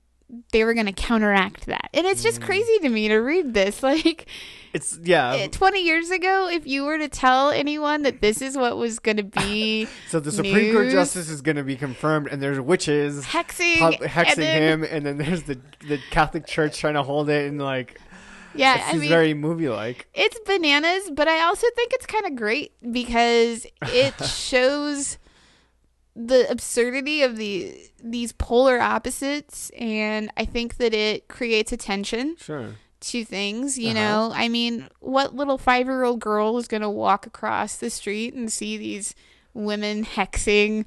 they were going to counteract that and it's just crazy to me to read this like
It's yeah.
uh, 20 years ago, if you were to tell anyone that this is what was going to be
so the Supreme Court
news-
justice is going to be confirmed, and there's witches
hexing,
pub-
and
hexing
then-
him, and then there's the the Catholic Church trying to hold it, and like
Yeah,
it's
I mean,
very movie like.
it's bananas, but I also think it's kind of great because it shows the absurdity of the these polar opposites and I think that it creates a tension
Sure.
to things, you
Uh-huh.
know. I mean, what little 5-year-old girl is going to walk across the street and see these women hexing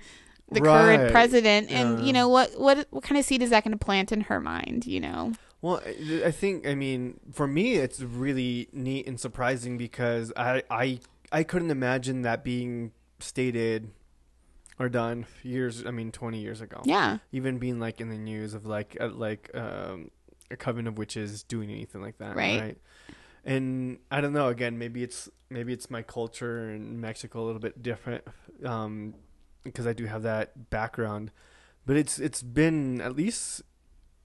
the
Right.
current president and
Yeah.
you know what what what kind of seed is that going to plant in her mind, you know?
Well, I- I think I mean for me it's really neat and surprising because I I I couldn't imagine that being stated or done years I mean 20 years ago.
Yeah.
Even being like in the news of like uh, like um a coven of witches doing anything like that,
Right.
right? And I don't know again maybe it's maybe it's my culture in Mexico a little bit different um because I do have that background. But it's it's been at least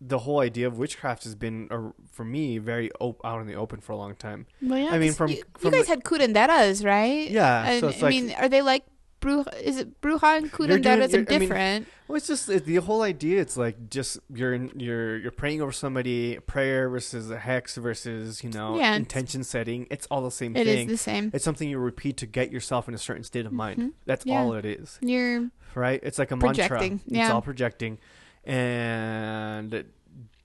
the whole idea of witchcraft has been uh, for me very op- out in the open for a long time.
Well, yeah
I mean,
'cause
from-
you, you
from
guys
the-
had curanderas, right?
Yeah,
And,
so it's
I
like
mean, are they like bruja? Is it bruja and
You're doing-
curanderas are
you're- I mean-
different?
well, it's just it, the whole idea. It's like just you're in, you're you're praying over somebody, prayer versus a hex versus you know
Yeah, it's-
intention setting. It's all the same
It is
thing.
the same.
it's something you repeat to get yourself in a certain state of mind. That's
Yeah.
all it is,
Mm-hmm. You're
right? It's like a
Projecting,
mantra. It's
yeah.
all projecting, and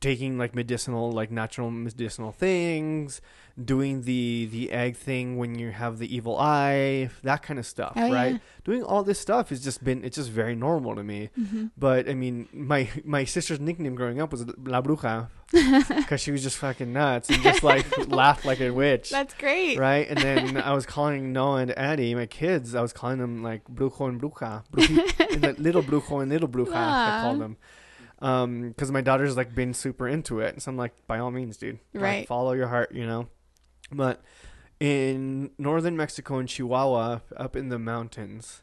taking like medicinal, like natural medicinal things, doing the the egg thing when you have the evil eye, that kind of stuff,
Oh,
right?
yeah.
Doing all this stuff has just been it's just very normal to me.
Mm-hmm.
But I mean, my my sister's nickname growing up was La Bruja because she was just fucking nuts and just like laughed like a witch
that's great.
right? And then I was calling Noah and Addie, my kids. I was calling them like brujo and bruja, bruji- and, like, little brujo and little bruja. I called
Aw.
them because my daughter's like been super into it, so I'm like, by all means, dude, Like,
Right.
follow your heart, you know. But in northern Mexico and Chihuahua, up in the mountains,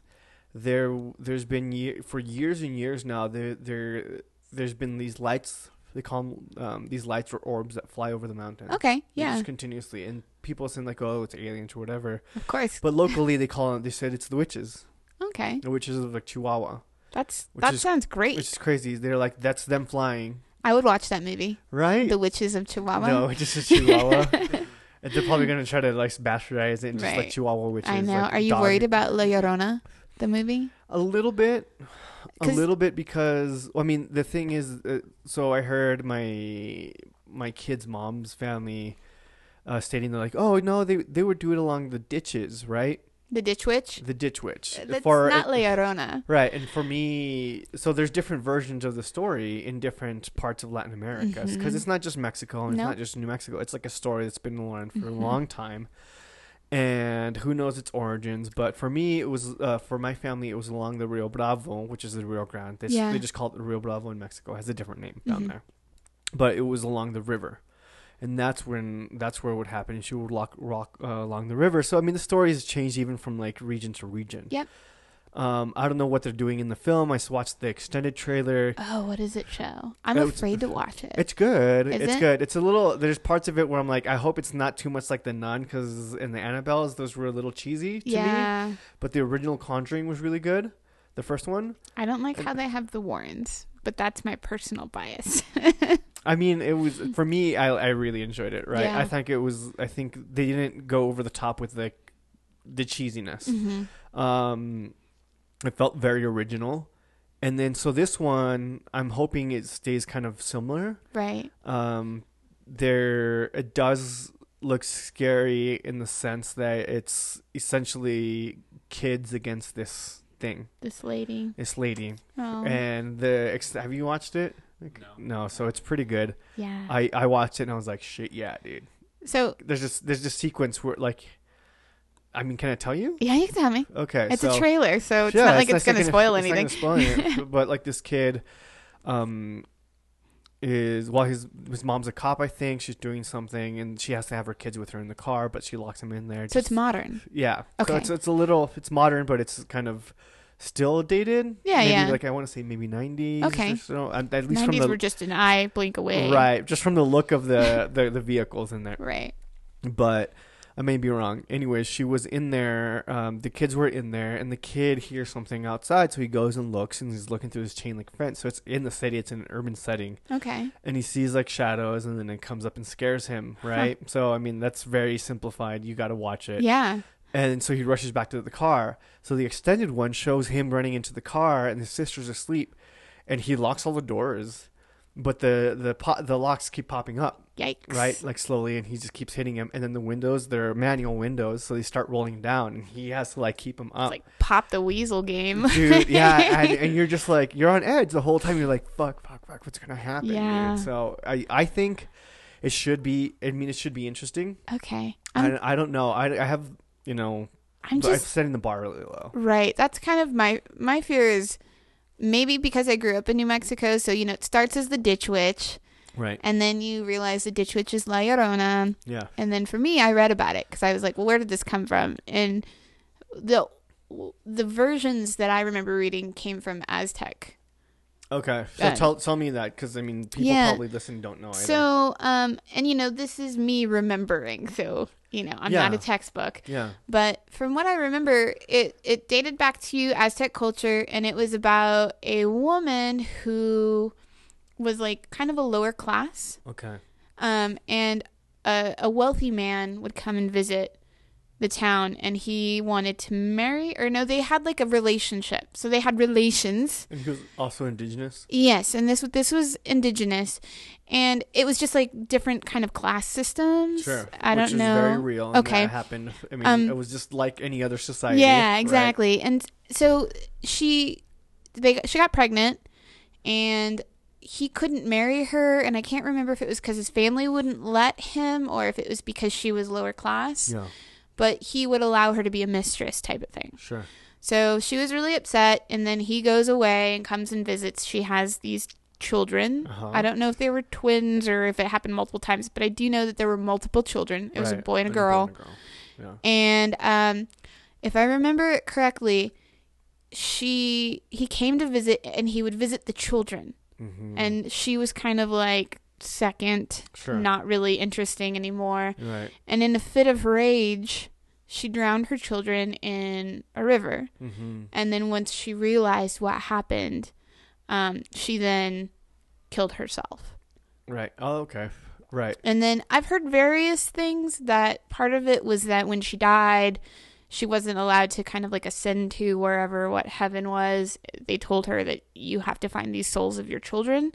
there there's been ye- for years and years now there there there's been these lights. They call 'em, um, these lights or orbs that fly over the mountain.
Okay,
They
yeah,
Just continuously. And people seem like, oh, it's aliens or whatever.
of course.
But locally, they call it, they said it's the witches.
Okay,
The witches of like Chihuahua,
that's
Which
that
is-
sounds great.
which is crazy. They're like, that's them flying,
I would watch that movie,
right?
The Witches of Chihuahua.
no, it's just a Chihuahua. And They're probably going to try to like bastardize it and just like
Right.
Chihuahua witches.
I know.
like,
are you
dog-
worried about La Llorona, the movie?
A little bit. A
'Cause-
little bit because, I mean, the thing is, uh, so I heard my my kid's mom's family uh, stating, they're like, oh, no, they, they would do it along the ditches, right?
The Ditch Witch.
the Ditch Witch.
That's
for
not La Llorona.
right, and for me, so there's different versions of the story in different parts of Latin America because it's not just Mexico and
Mm-hmm. Nope. Mm-hmm.
it's not just New Mexico. It's like a story that's been around for a long time, and who knows its origins. But for me, it was uh, for my family, it was along the Rio Bravo, which is the Rio Grande. They,
Yeah. Mm-hmm.
they just call it the Rio Bravo in Mexico. It has a different name down there, but it was along the river. and that's when that's where it would happen. She would walk walk uh, along the river. So I mean, the story has changed even from like region to region.
Yep.
Um, I don't know what they're doing in the film. I s- watched the extended trailer.
Oh, what does it show? I'm
It's-
afraid to watch it.
It's good.
Is
it's
it?
good. It's a little. There's parts of it where I'm like, I hope it's not too much like the Nun, because in the Annabelles, those were a little cheesy to me.
yeah.
But the original Conjuring was really good. The first one.
I don't like how they have the Warrens, but that's my personal bias.
I mean, it was for me. I I really enjoyed it. Right.
Yeah.
I think it was. I think they didn't go over the top with the the cheesiness.
Mhm.
Um, it felt very original. And then so this one, I'm hoping it stays kind of similar.
Right.
Um, there it does look scary in the sense that it's essentially kids against this thing,
This lady.
this lady.
Oh.
And the ex- have you watched it?
No.
No, so it's pretty good.
yeah.
I I watched it and I was like, shit, yeah, dude.
so,
There's this there's this sequence where like, I mean, can I tell you?
yeah, you can tell me.
Okay,
It's
so,
a trailer, so it's
Yeah,
not like it's, going
not
to spoil
it's not
anything.
gonna spoil anything, but like this kid, um, is well, his his mom's a cop, I think. She's doing something, and she has to have her kids with her in the car, but she locks them in there.
So it's
just-
modern.
yeah.
Okay.
So it's it's a little it's modern, but it's kind of still dated.
Yeah,
maybe
yeah.
Like I want to say maybe nineties.
Okay.
Or so, at at least from
90s
the
were just an eye blink away.
right, just from the look of the the, the vehicles in there
Right.
but I may be wrong. Anyways, she was in there. Um, the kids were in there, and the kid hears something outside, so he goes and looks, and he's looking through his chain link fence. So it's in the city. It's in an urban setting,
Okay.
and he sees like shadows, and then it comes up and scares him. Right. So I mean, that's very simplified. You got to watch it.
Yeah.
And so he rushes back to the car. So the extended one shows him running into the car, and his sister's asleep, and he locks all the doors, but the the po- the locks keep popping up
Yikes.
right? Like slowly, and he just keeps hitting him. And then the windows, they're manual windows, so they start rolling down, and he has to like keep them
It's
up.
like pop the weasel game.
Dude, yeah, and, and you're just like you're on edge the whole time. You're like, fuck, fuck, fuck, what's gonna happen? dude?
Yeah.
So I, I think it should be. I mean, it should be interesting.
Okay. I'm,
I, I don't know. I, I have you know,
I'm
but I'm
just
setting the bar really low.
Right. That's kind of my my fear is maybe because I grew up in New Mexico, so you know it starts as the Ditch Witch,
Right.
and then you realize the Ditch Witch is La Llorona,
Yeah.
and then for me, I read about it because I was like, well, where did this come from? And the the versions that I remember reading came from Aztec.
Okay. So
Uh,
tell tell me that because I mean people
Yeah.
probably listen don't know either.
So, um, and you know, this is me remembering, so you know, I'm not
Yeah.
a textbook.
yeah.
But from what I remember, it, it dated back to Aztec culture, and it was about a woman who was like kind of a lower class,
Okay.
um, and a, a wealthy man would come and visit the town, and he wanted to marry, or no, they had like a relationship, so they had relations.
And he was also indigenous.
Yes, and this this was indigenous, and it was just like different kind of class systems.
Sure.
I
Which
don't
is
know.
Very real. and
Okay.
That happened. I mean,
Um,
it was just like any other society.
yeah,
right?
exactly. And so she they she got pregnant, and he couldn't marry her, and I can't remember if it was because his family wouldn't let him or if it was because she was lower class.
Yeah.
But he would allow her to be a mistress type of thing.
Sure.
So she was really upset, and then he goes away and comes and visits. She has these children.
Uh-huh.
I don't know if they were twins or if it happened multiple times, but I do know that there were multiple children. It was a
Right.
boy and a
And
girl.
Yeah.
And um, if I remember it correctly, she he came to visit, and he would visit the children,
Mm-hmm.
and she was kind of like second,
Sure.
not really interesting anymore.
right.
And in a fit of rage, she drowned her children in a river.
Mm-hmm.
And then once she realized what happened, um, she then killed herself.
Right. Oh, okay. Right.
And then I've heard various things that part of it was that when she died, she wasn't allowed to kind of like ascend to wherever what heaven was. They told her that you have to find these souls of your children.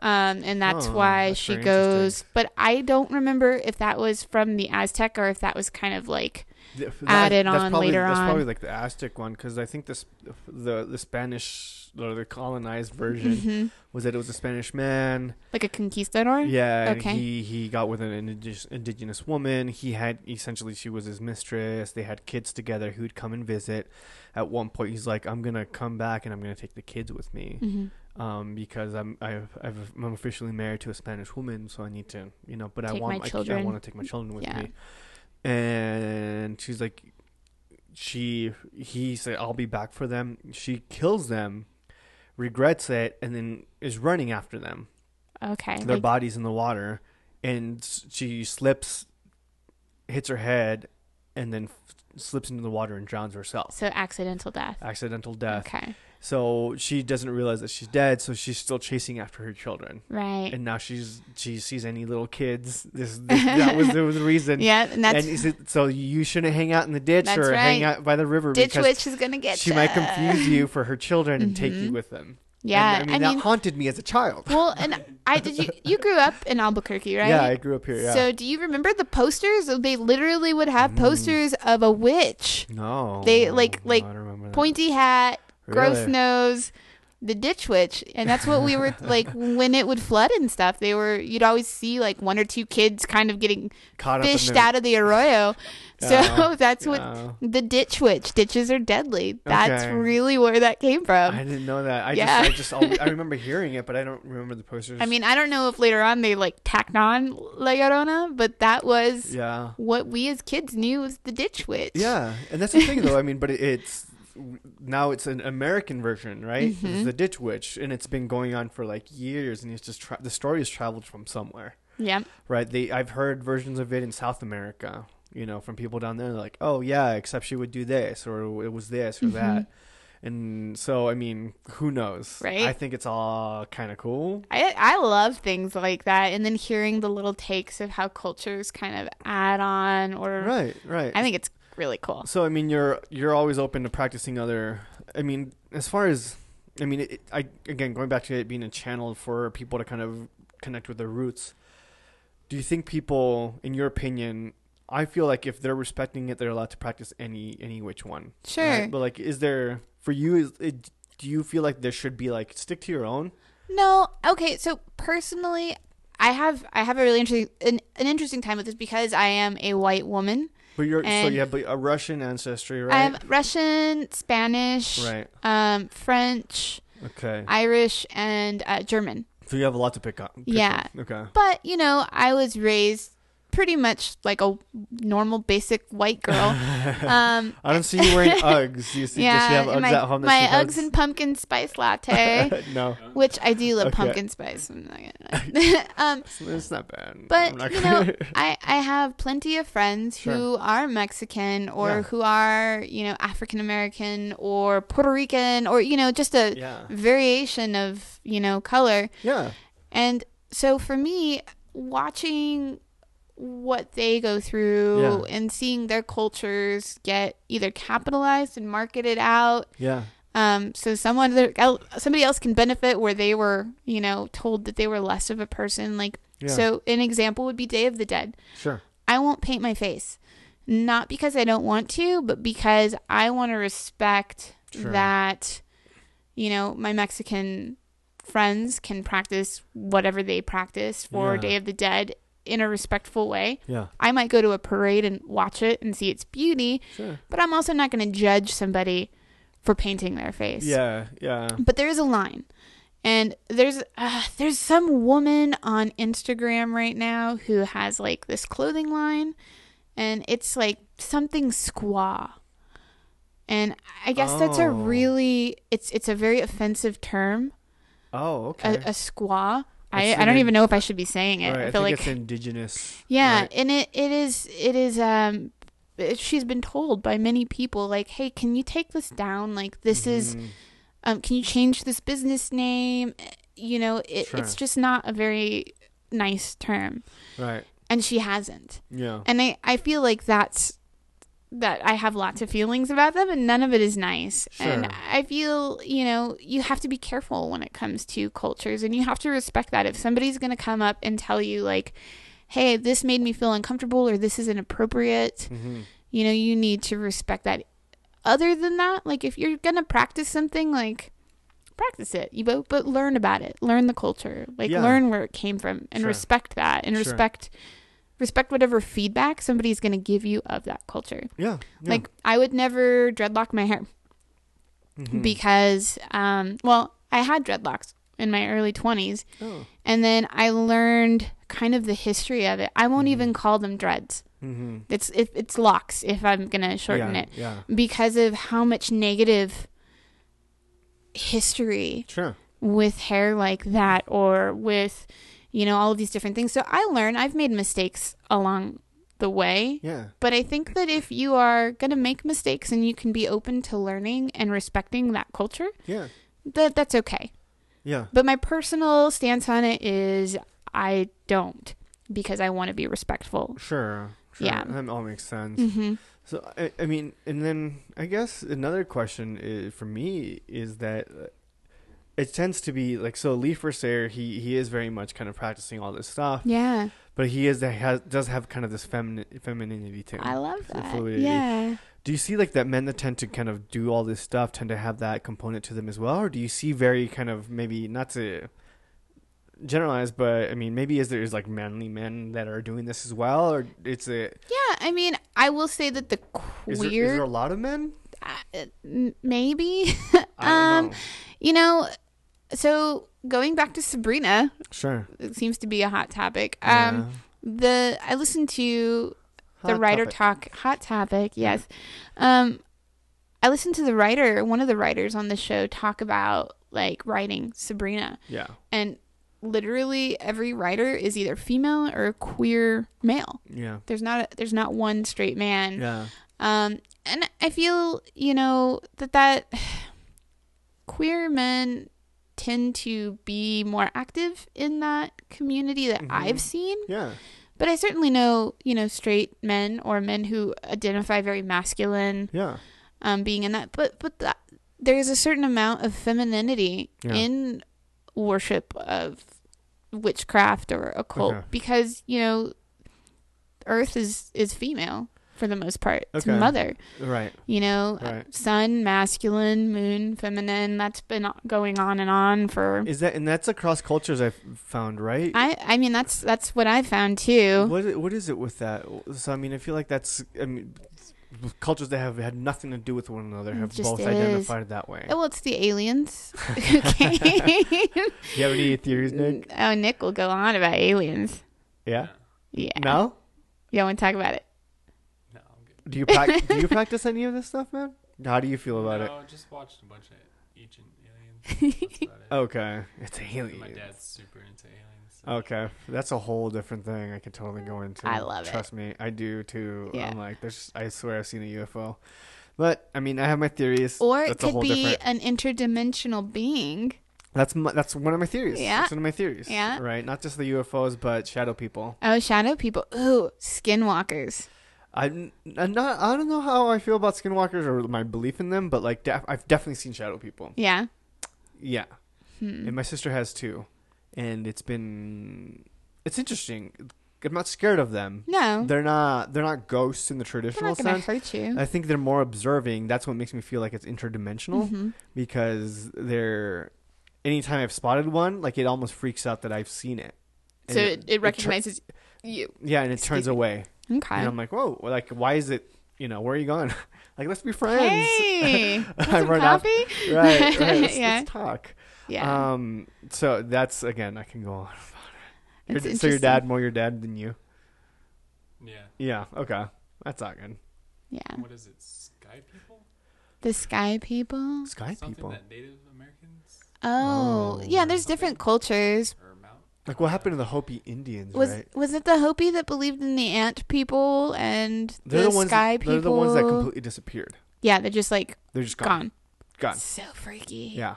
Um, and that's
Oh,
why
that's
she
very
goes. But I don't remember if that was from the Aztec or if that was kind of like
Th-
added on
probably,
later
That's
on.
probably like the Aztec one because I think this the the Spanish or the colonized version
Mhm.
was that it was a Spanish man.
Like a conquistador?
Yeah, and
Okay.
he he got with an indig- indigenous woman. He had essentially she was his mistress. They had kids together. He would come and visit. At one point, he's like, "I'm gonna come back and I'm gonna take the kids with me
hmm
um, because I'm I've, I've I'm officially married to a Spanish woman, so I need to you know. But I
Take
want
my
my I,
children.
want to take my children with
Yeah.
me. And she's like, she he said, "I'll be back for them." She kills them, regrets it, and then is running after them.
Okay.
Their
like-
bodies in the water, and s- she slips, hits her head, and then f- slips into the water and drowns herself.
so accidental death.
Accidental death.
Okay.
So she doesn't realize that she's dead, so she's still chasing after her children.
Right.
And now she's she sees any little kids. This, this- that was the reason.
yeah, and that's
and is it, so you shouldn't hang out in the ditch
That's
or hang
right.
out by the river
Ditch
because
Witch is gonna get
she might
ya.
confuse you for her children and take you
Mhm.
with them. And
Yeah,
I mean that haunted me as a child.
well, and I did you you grew up in Albuquerque, right?
Yeah, I grew up here. Yeah. Mm.
So do you remember the posters? They literally would have posters of a witch,
no.
they, like-
no,
like,
I don't remember that.
pointy hat, gross
Really?
nose, the ditch witch, and that's what we were like when it would flood and stuff. They were you'd always see like one or two kids kind of getting
Caught up in
fished
the-
out of the arroyo. So
Yeah.
that's what
Yeah.
the ditch witch. Ditches are deadly. That's
Okay.
really where that came from.
I didn't know that. I
Yeah.
just I just always, I remember hearing it, but I don't remember the posters.
I mean, I don't know if later on they like tacked on La Llorona, but that was
yeah.
what we as kids knew was the Ditch Witch.
Yeah, and that's the thing, though. I mean, but it, it's now it's an American version, right?
Mm-hmm.
It's the Ditch Witch, and it's been going on for like years, and it's just tra- the story has traveled from somewhere,
Yeah.
right? They I've heard versions of it in South America, you know, from people down there, like, oh yeah, except she would do this, or it was this or that. And so, I mean, who knows?
Mm-hmm. Right.
I think it's all kind of cool.
I, I love things like that. And then hearing the little takes of how cultures kind of add on or
Right, right.
I think it's really cool.
So I mean, you're you're always open to practicing other. I mean, as far as I mean, it, I again going back to it being a channel for people to kind of connect with their roots. Do you think people, in your opinion, I feel like if they're respecting it, they're allowed to practice any any which one.
Sure.
But like, is there for you? Is it, do you feel like there should be like stick to your own?
No, okay. So personally, I have I have a really interesting an, an interesting time with this because I am a white woman.
But you're so
And-
you have like, a Russian ancestry, right?
I am Russian, Spanish,
right.
um, French,
Okay.
Irish, and uh, German.
so you have a lot to pick up. pick
Yeah.
up. Okay.
But, you know, I was raised pretty much like a normal, basic white girl. um,
I don't see you wearing Uggs. You see, does she
yeah,
have
and
Uggs
my,
at home?
my
that
Uggs
she
and pumpkin spice latte,
has? no,
which I do love
Okay.
pumpkin spice. I'm not gonna lie. um,
it's, it's not bad. I'm
but
not
you know,
gonna-
I I have plenty of friends who are Mexican or
Yeah.
who are you know African American or Puerto Rican or you know just a
yeah,
variation of you know color.
yeah,
And so for me, watching what they go through and seeing their cultures get either capitalized and marketed out,
yeah,
um, so someone other- el- somebody else can benefit where they were, you know, told that they were less of a person. Like
yeah.
so, an example would be Day of the Dead.
sure,
I won't paint my face, not because I don't want to, but because I want to respect
Sure.
that, you know, my Mexican friends can practice whatever they practice for
Yeah.
Day of the Dead in a respectful way.
yeah,
I might go to a parade and watch it and see its beauty,
sure,
but I'm also not going to judge somebody for painting their face
yeah, yeah.
but there is a line and there's uh, there's some woman on instagram right now who has like this clothing line and it's like something squaw and i guess that's a
Oh.
really it's it's a very offensive term
Oh, okay.
a, a squaw I,
It's
I don't
in-
even know if I should be saying it.
All right, I
I
think
feel like
it's indigenous.
yeah,
Right.
and it it is it is um it- she's been told by many people like, "Hey, can you take this down? Like this is
Mm,
um, can you change this business name? You know, it,
Sure.
it's just not a very nice term.
right.
And she hasn't.
Yeah,
And I, I feel like that's that I have lots of feelings about them and none of it is nice. And
Sure.
I feel, you know, you have to be careful when it comes to cultures and you have to respect that. If somebody's going to come up and tell you, like, hey, this made me feel uncomfortable or this is inappropriate,
hmm
you know, you need to respect that. Other than that, like if you're gonna practice something, like practice it. You but but learn about it. Learn the culture. Like
Yeah.
learn where it came from and
Sure.
respect that and
Sure.
respect respect whatever feedback somebody's gonna give you of that culture.
Yeah. yeah.
Like I would never dreadlock my hair
Mhm.
because um well, I had dreadlocks in my early twenties
Oh.
and then I learned kind of the history of it. I won't
Mhm.
even call them dreads.
Mhm.
It's if it's locks if I'm gonna shorten
yeah,
it
Yeah.
because of how much negative history
Sure.
with hair like that or with you know all of these different things. So I learn. I've made mistakes along the way.
Yeah.
But I think that if you are going to make mistakes and you can be open to learning and respecting that culture,
Yeah.
that that's okay.
Yeah.
But my personal stance on it is I don't because I want to be respectful.
Sure. Sure.
Yeah.
That all makes sense.
Mhm.
So I, I mean, and then I guess another question i for me is that uh, it tends to be like so. Lee Sayer, he he is very much kind of practicing all this stuff,
Yeah.
but he is has, does have kind of this feminine femininity too.
I love
The
that.
fluidity.
Yeah.
Do you see like that men that tend to kind of do all this stuff tend to have that component to them as well, or do you see very kind of maybe not to generalize, but I mean maybe is there is like manly men that are doing this as well, or it's a
Yeah, I mean, I will say that the
is there, is there
queer
a lot of men?
uh, m- maybe
I don't
Um,
know.
you know, so going back to Sabrina,
Sure.
it seems to be a hot topic. Um
Yeah.
the I listened to the
Hot
writer
topic.
talk hot topic yes um i listened to the writer one of the writers on the show talk about like writing sabrina
Yeah.
and literally every writer is either female or queer male
Yeah.
there's not a, there's not one straight man
Yeah.
um and i feel you know that that queer men tend to be more active in that community that
Mhm.
i've seen
Yeah.
but I certainly know, you know, straight men or men who identify very masculine,
Yeah.
um, being in that. But but that, there's a certain amount of femininity
Yeah.
in worship of witchcraft or occult
Okay.
because you know, Earth is is female for the most part. It's
Okay.
mother,
Right.
you know, uh,
Right.
sun masculine, moon feminine. That's been going on and on for.
Is that and that's across cultures I found right?
I I mean that's that's what I found too.
what i- what is it with that? So I mean, I feel like that's I mean, cultures that have had nothing to do with one another
It
have
just
both
is.
identified that way.
Oh, Well, it's the aliens. okay.
Do you have any theories, Nick?
Oh, Nick will go on about aliens.
Yeah.
Yeah.
No.
You don't want to talk about it.
No, I'm good.
Do you prac do you practice any of this stuff, man? How do you feel about
no,
it?
just watched a bunch of ancient aliens. That's about it.
Okay, it's alien.
And My dad's super into aliens. so-
Okay, that's a whole different thing. I could totally go into.
I love it.
Trust me, I do too.
Yeah.
I'm like, there's. I swear, I've seen a UFO, but I mean, I have my theories.
Or it
that's a
could
whole
be
different.
an interdimensional being.
That's my, that's one of my theories.
Yeah.
that's one of my theories.
Yeah.
right. Not just the UFOs, but shadow people.
Oh, shadow people. Ooh, skinwalkers.
I am not. I don't know how I feel about skinwalkers or my belief in them, but like, def- I've definitely seen shadow people.
Yeah.
Yeah,
Hmm.
and my sister has too, and it's been it's interesting. I'm not scared of them.
No.
They're not. They're not ghosts in the
They're
traditional
not going to
sense.
hurt you.
I think they're more observing. That's what makes me feel like it's interdimensional
Mhm.
because they're. Anytime I've spotted one, like it almost freaks out that I've seen it. And
So it, it
tur-
recognizes you.
yeah, and it
Excuse
turns
me.
away.
Okay.
And I'm like, whoa, like why is it? You know, where are you going? like, let's be friends.
Hey, want
I
some
run off-
coffee?
right, right. Let's,
Yeah.
let's talk.
Yeah.
Um. So that's again, I can go on. Your,
It's
so your
interesting.
dad more your dad than you.
Yeah.
Yeah. Okay. That's not good.
Yeah.
What is it? Sky people?
The sky people.
Sky
Something
people.
that Native Americans
Oh,
Oh.
yeah. There's different cultures.
or Mount.
Like what happened to the Hopi Indians?
Was
right.
was it the Hopi that believed in the ant people and
They're
the,
the ones.
sky people?
they're the ones that completely disappeared.
yeah, they're just like
They're just gone.
gone.
Gone.
So freaky.
Yeah.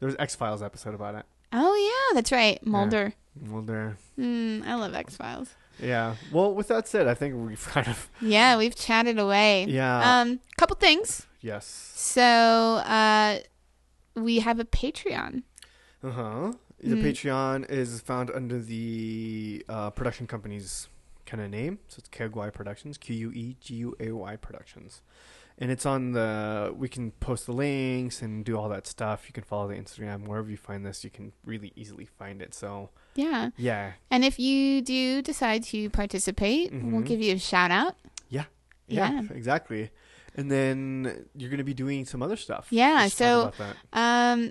There was X Files episode about it.
Oh yeah, that's right, Mulder.
Well, there.
Mm, I love X Files.
Yeah. Well, with that said, I think we've kind of
Yeah, we've chatted away.
Yeah.
Um, couple things.
yes.
So, uh, we have a Patreon.
Uh huh. The
Mm.
Patreon is found under the uh, production companies kind of name. So it's Keguay Productions, Q U E G U A Y Productions, and it's on the. We can post the links and do all that stuff. You can follow the Instagram wherever you find this. You can really easily find it. So
Yeah.
yeah,
And if you do decide to participate, we'll
Mhm.
give you a shout out.
Yeah.
Yeah.
exactly. And then you're gonna be doing some other stuff.
Yeah,
Let's talk
so-
about that.
Um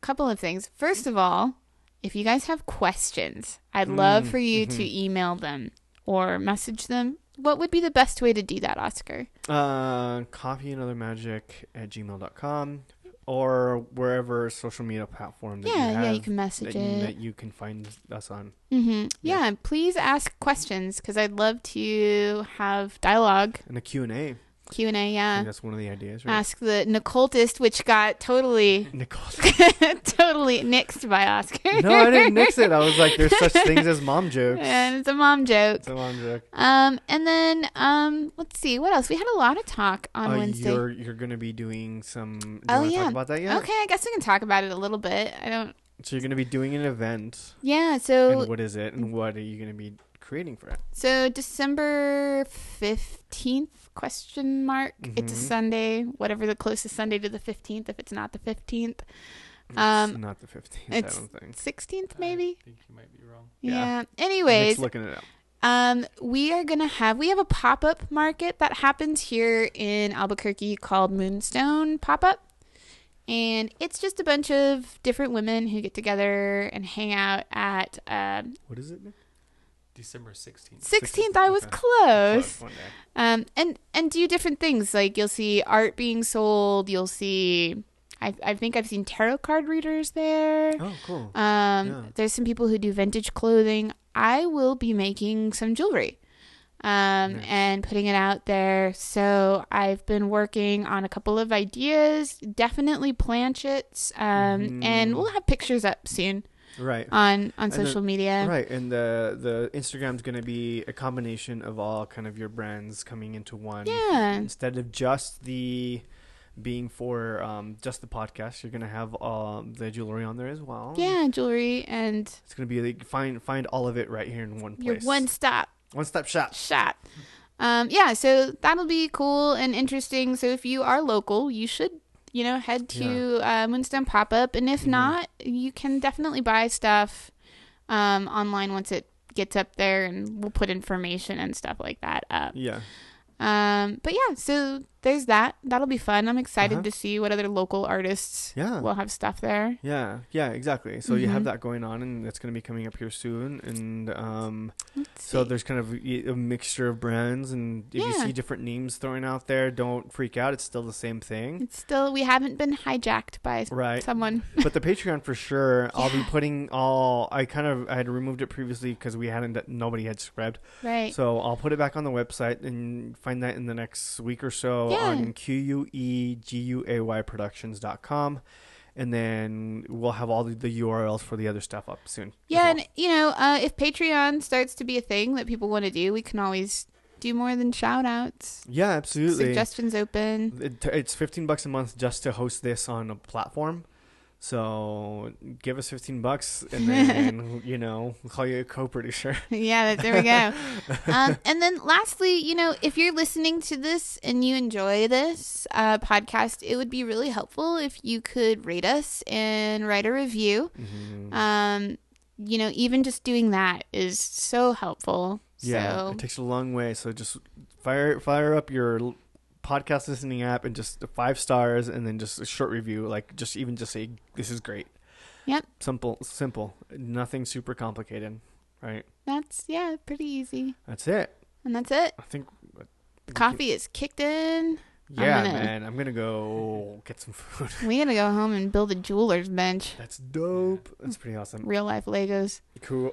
couple of things. First of all, if you guys have questions, I'd love
Mm,
for you
mhm.
to email them or message them. What would be the best way to do that, Oscar?
Uh, coffee and other magic at gmail.com or wherever social media platform that
yeah,
you have
yeah, you can
that,
message
you,
it.
that you can find us on.
hmm
Yeah.
Yeah. please ask questions because I'd love to have dialogue,
And the Q and A.
Q and A.
I think
Yeah,
that's one of the ideas, right?
ask the Nicoltist, which got totally,
Nicole.
totally nixed by Oscar.
no, I didn't nix it. I was like, there's such things as mom jokes.
and it's a mom joke.
It's a mom joke.
Um, and then um, let's see what else. We had a lot of talk on
Uh,
Wednesday.
You're you're gonna be doing some. Do you
Oh,
wanna
yeah.
Talk about that yet?
Okay, I guess we can talk about it a little bit. I don't.
So you're gonna be doing an event.
Yeah. So Mm.
and what is it? And what are you gonna be creating for it?
so December fifteenth question mark. It's a
Mhm.
Sunday. Whatever the closest Sunday to the fifteenth, if it's not the fifteenth,
it's
Um,
not the 15th. I
it's-
don't think.
sixteenth maybe.
I think you might be wrong.
Uh, Yeah.
Yeah.
Nick's
Anyways,
looking it up.
um, we are gonna have we have a pop up market that happens here in Albuquerque called Moonstone Pop Up, and it's just a bunch of different women who get together and hang out at um,
What is it? Nick?
December 16th.
sixteenth. I was
Okay.
close.
Close, one day.
um, and and do different things. Like you'll see art being sold. You'll see, I I think I've seen tarot card readers there.
Oh, cool.
Um,
yeah.
there's some people who do vintage clothing. I will be making some jewelry. Um,
Nice.
and putting it out there. So I've been working on a couple of ideas, definitely planchets. Um,
Mhm.
and we'll have pictures up soon
Right.
on, on
And then-
social media.
Right, and the the Instagram's going to be a combination of all kind of your brands coming into one.
Yeah.
Instead of just the being for um, just the podcast, you're going to have um, the jewelry on there as well.
Yeah. Jewelry and
It's going to be like find find all of it right here in one place.
your one stop
one stop shop.
shop. Um, yeah, so that'll be cool and interesting. So if you are local, you should, you know, head to uh, Moonstone Pop Up, and if
Mhm.
not, you can definitely buy stuff um, online once it gets up there, and we'll put information and stuff like that up.
Yeah.
Um, but yeah, so there's that. That'll be fun. I'm excited
Uh-huh.
to see what other local artists
Yeah.
will have stuff there.
yeah, yeah, exactly. So you have
Mhm.
that going on, and it's going to be coming up here soon. And um,
Let's
So
see.
there's kind of y- a mixture of brands, and if you
Yeah.
see different names thrown out there, don't freak out. It's still the same thing,
it's still we haven't been hijacked by
right?
someone.
but the Patreon for sure. I'll be putting all. I kind of I had removed it previously because we hadn't. Nobody had subscribed,
Right.
so I'll put it back on the website and find that in the next week or so
Yeah.
on q u e g u a y productions dot com, and then we'll have all the, the URLs for the other stuff up soon. as
Yeah,
well.
and you know, uh, if Patreon starts to be a thing that people want to do, we can always do more than shout outs.
yeah, absolutely.
Suggestions open.
It, it's 15 bucks a month just to host this on a platform. So give us 15 bucks and then, you know, we'll call you a co-producer.
yeah, that, there we go. um, and then lastly, you know, if you're listening to this and you enjoy this uh, podcast, it would be really helpful if you could rate us and write a review.
Mm.
Um, you know, even just doing that is so helpful.
yeah,
so
it takes a long way. So just fire fire up your l- podcast listening app and just five stars and then just a short review. Like just even just say, this is great.
Yep.
Simple, simple. Nothing super complicated, right?
that's yeah, pretty easy.
That's it.
And that's it.
I think.
Coffee is kicked in.
Yeah,
gonna-
man. I'm going to go get some food.
We gotta go home and build a jeweler's bench.
That's dope. That's pretty awesome.
Real life Legos.
Cool.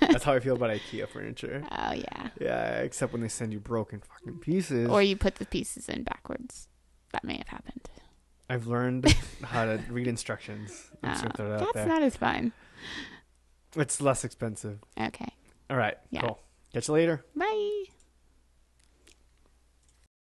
That's how I feel about IKEA furniture.
Oh yeah.
Yeah, except when they send you broken fucking pieces.
Or you put the pieces in backwards. That may have happened.
I've learned how to read instructions. I'm just gonna
Oh,
throw that out
that's
there.
not as fun.
it's less expensive.
Okay.
All right.
Yeah.
Cool. Catch you later.
Bye.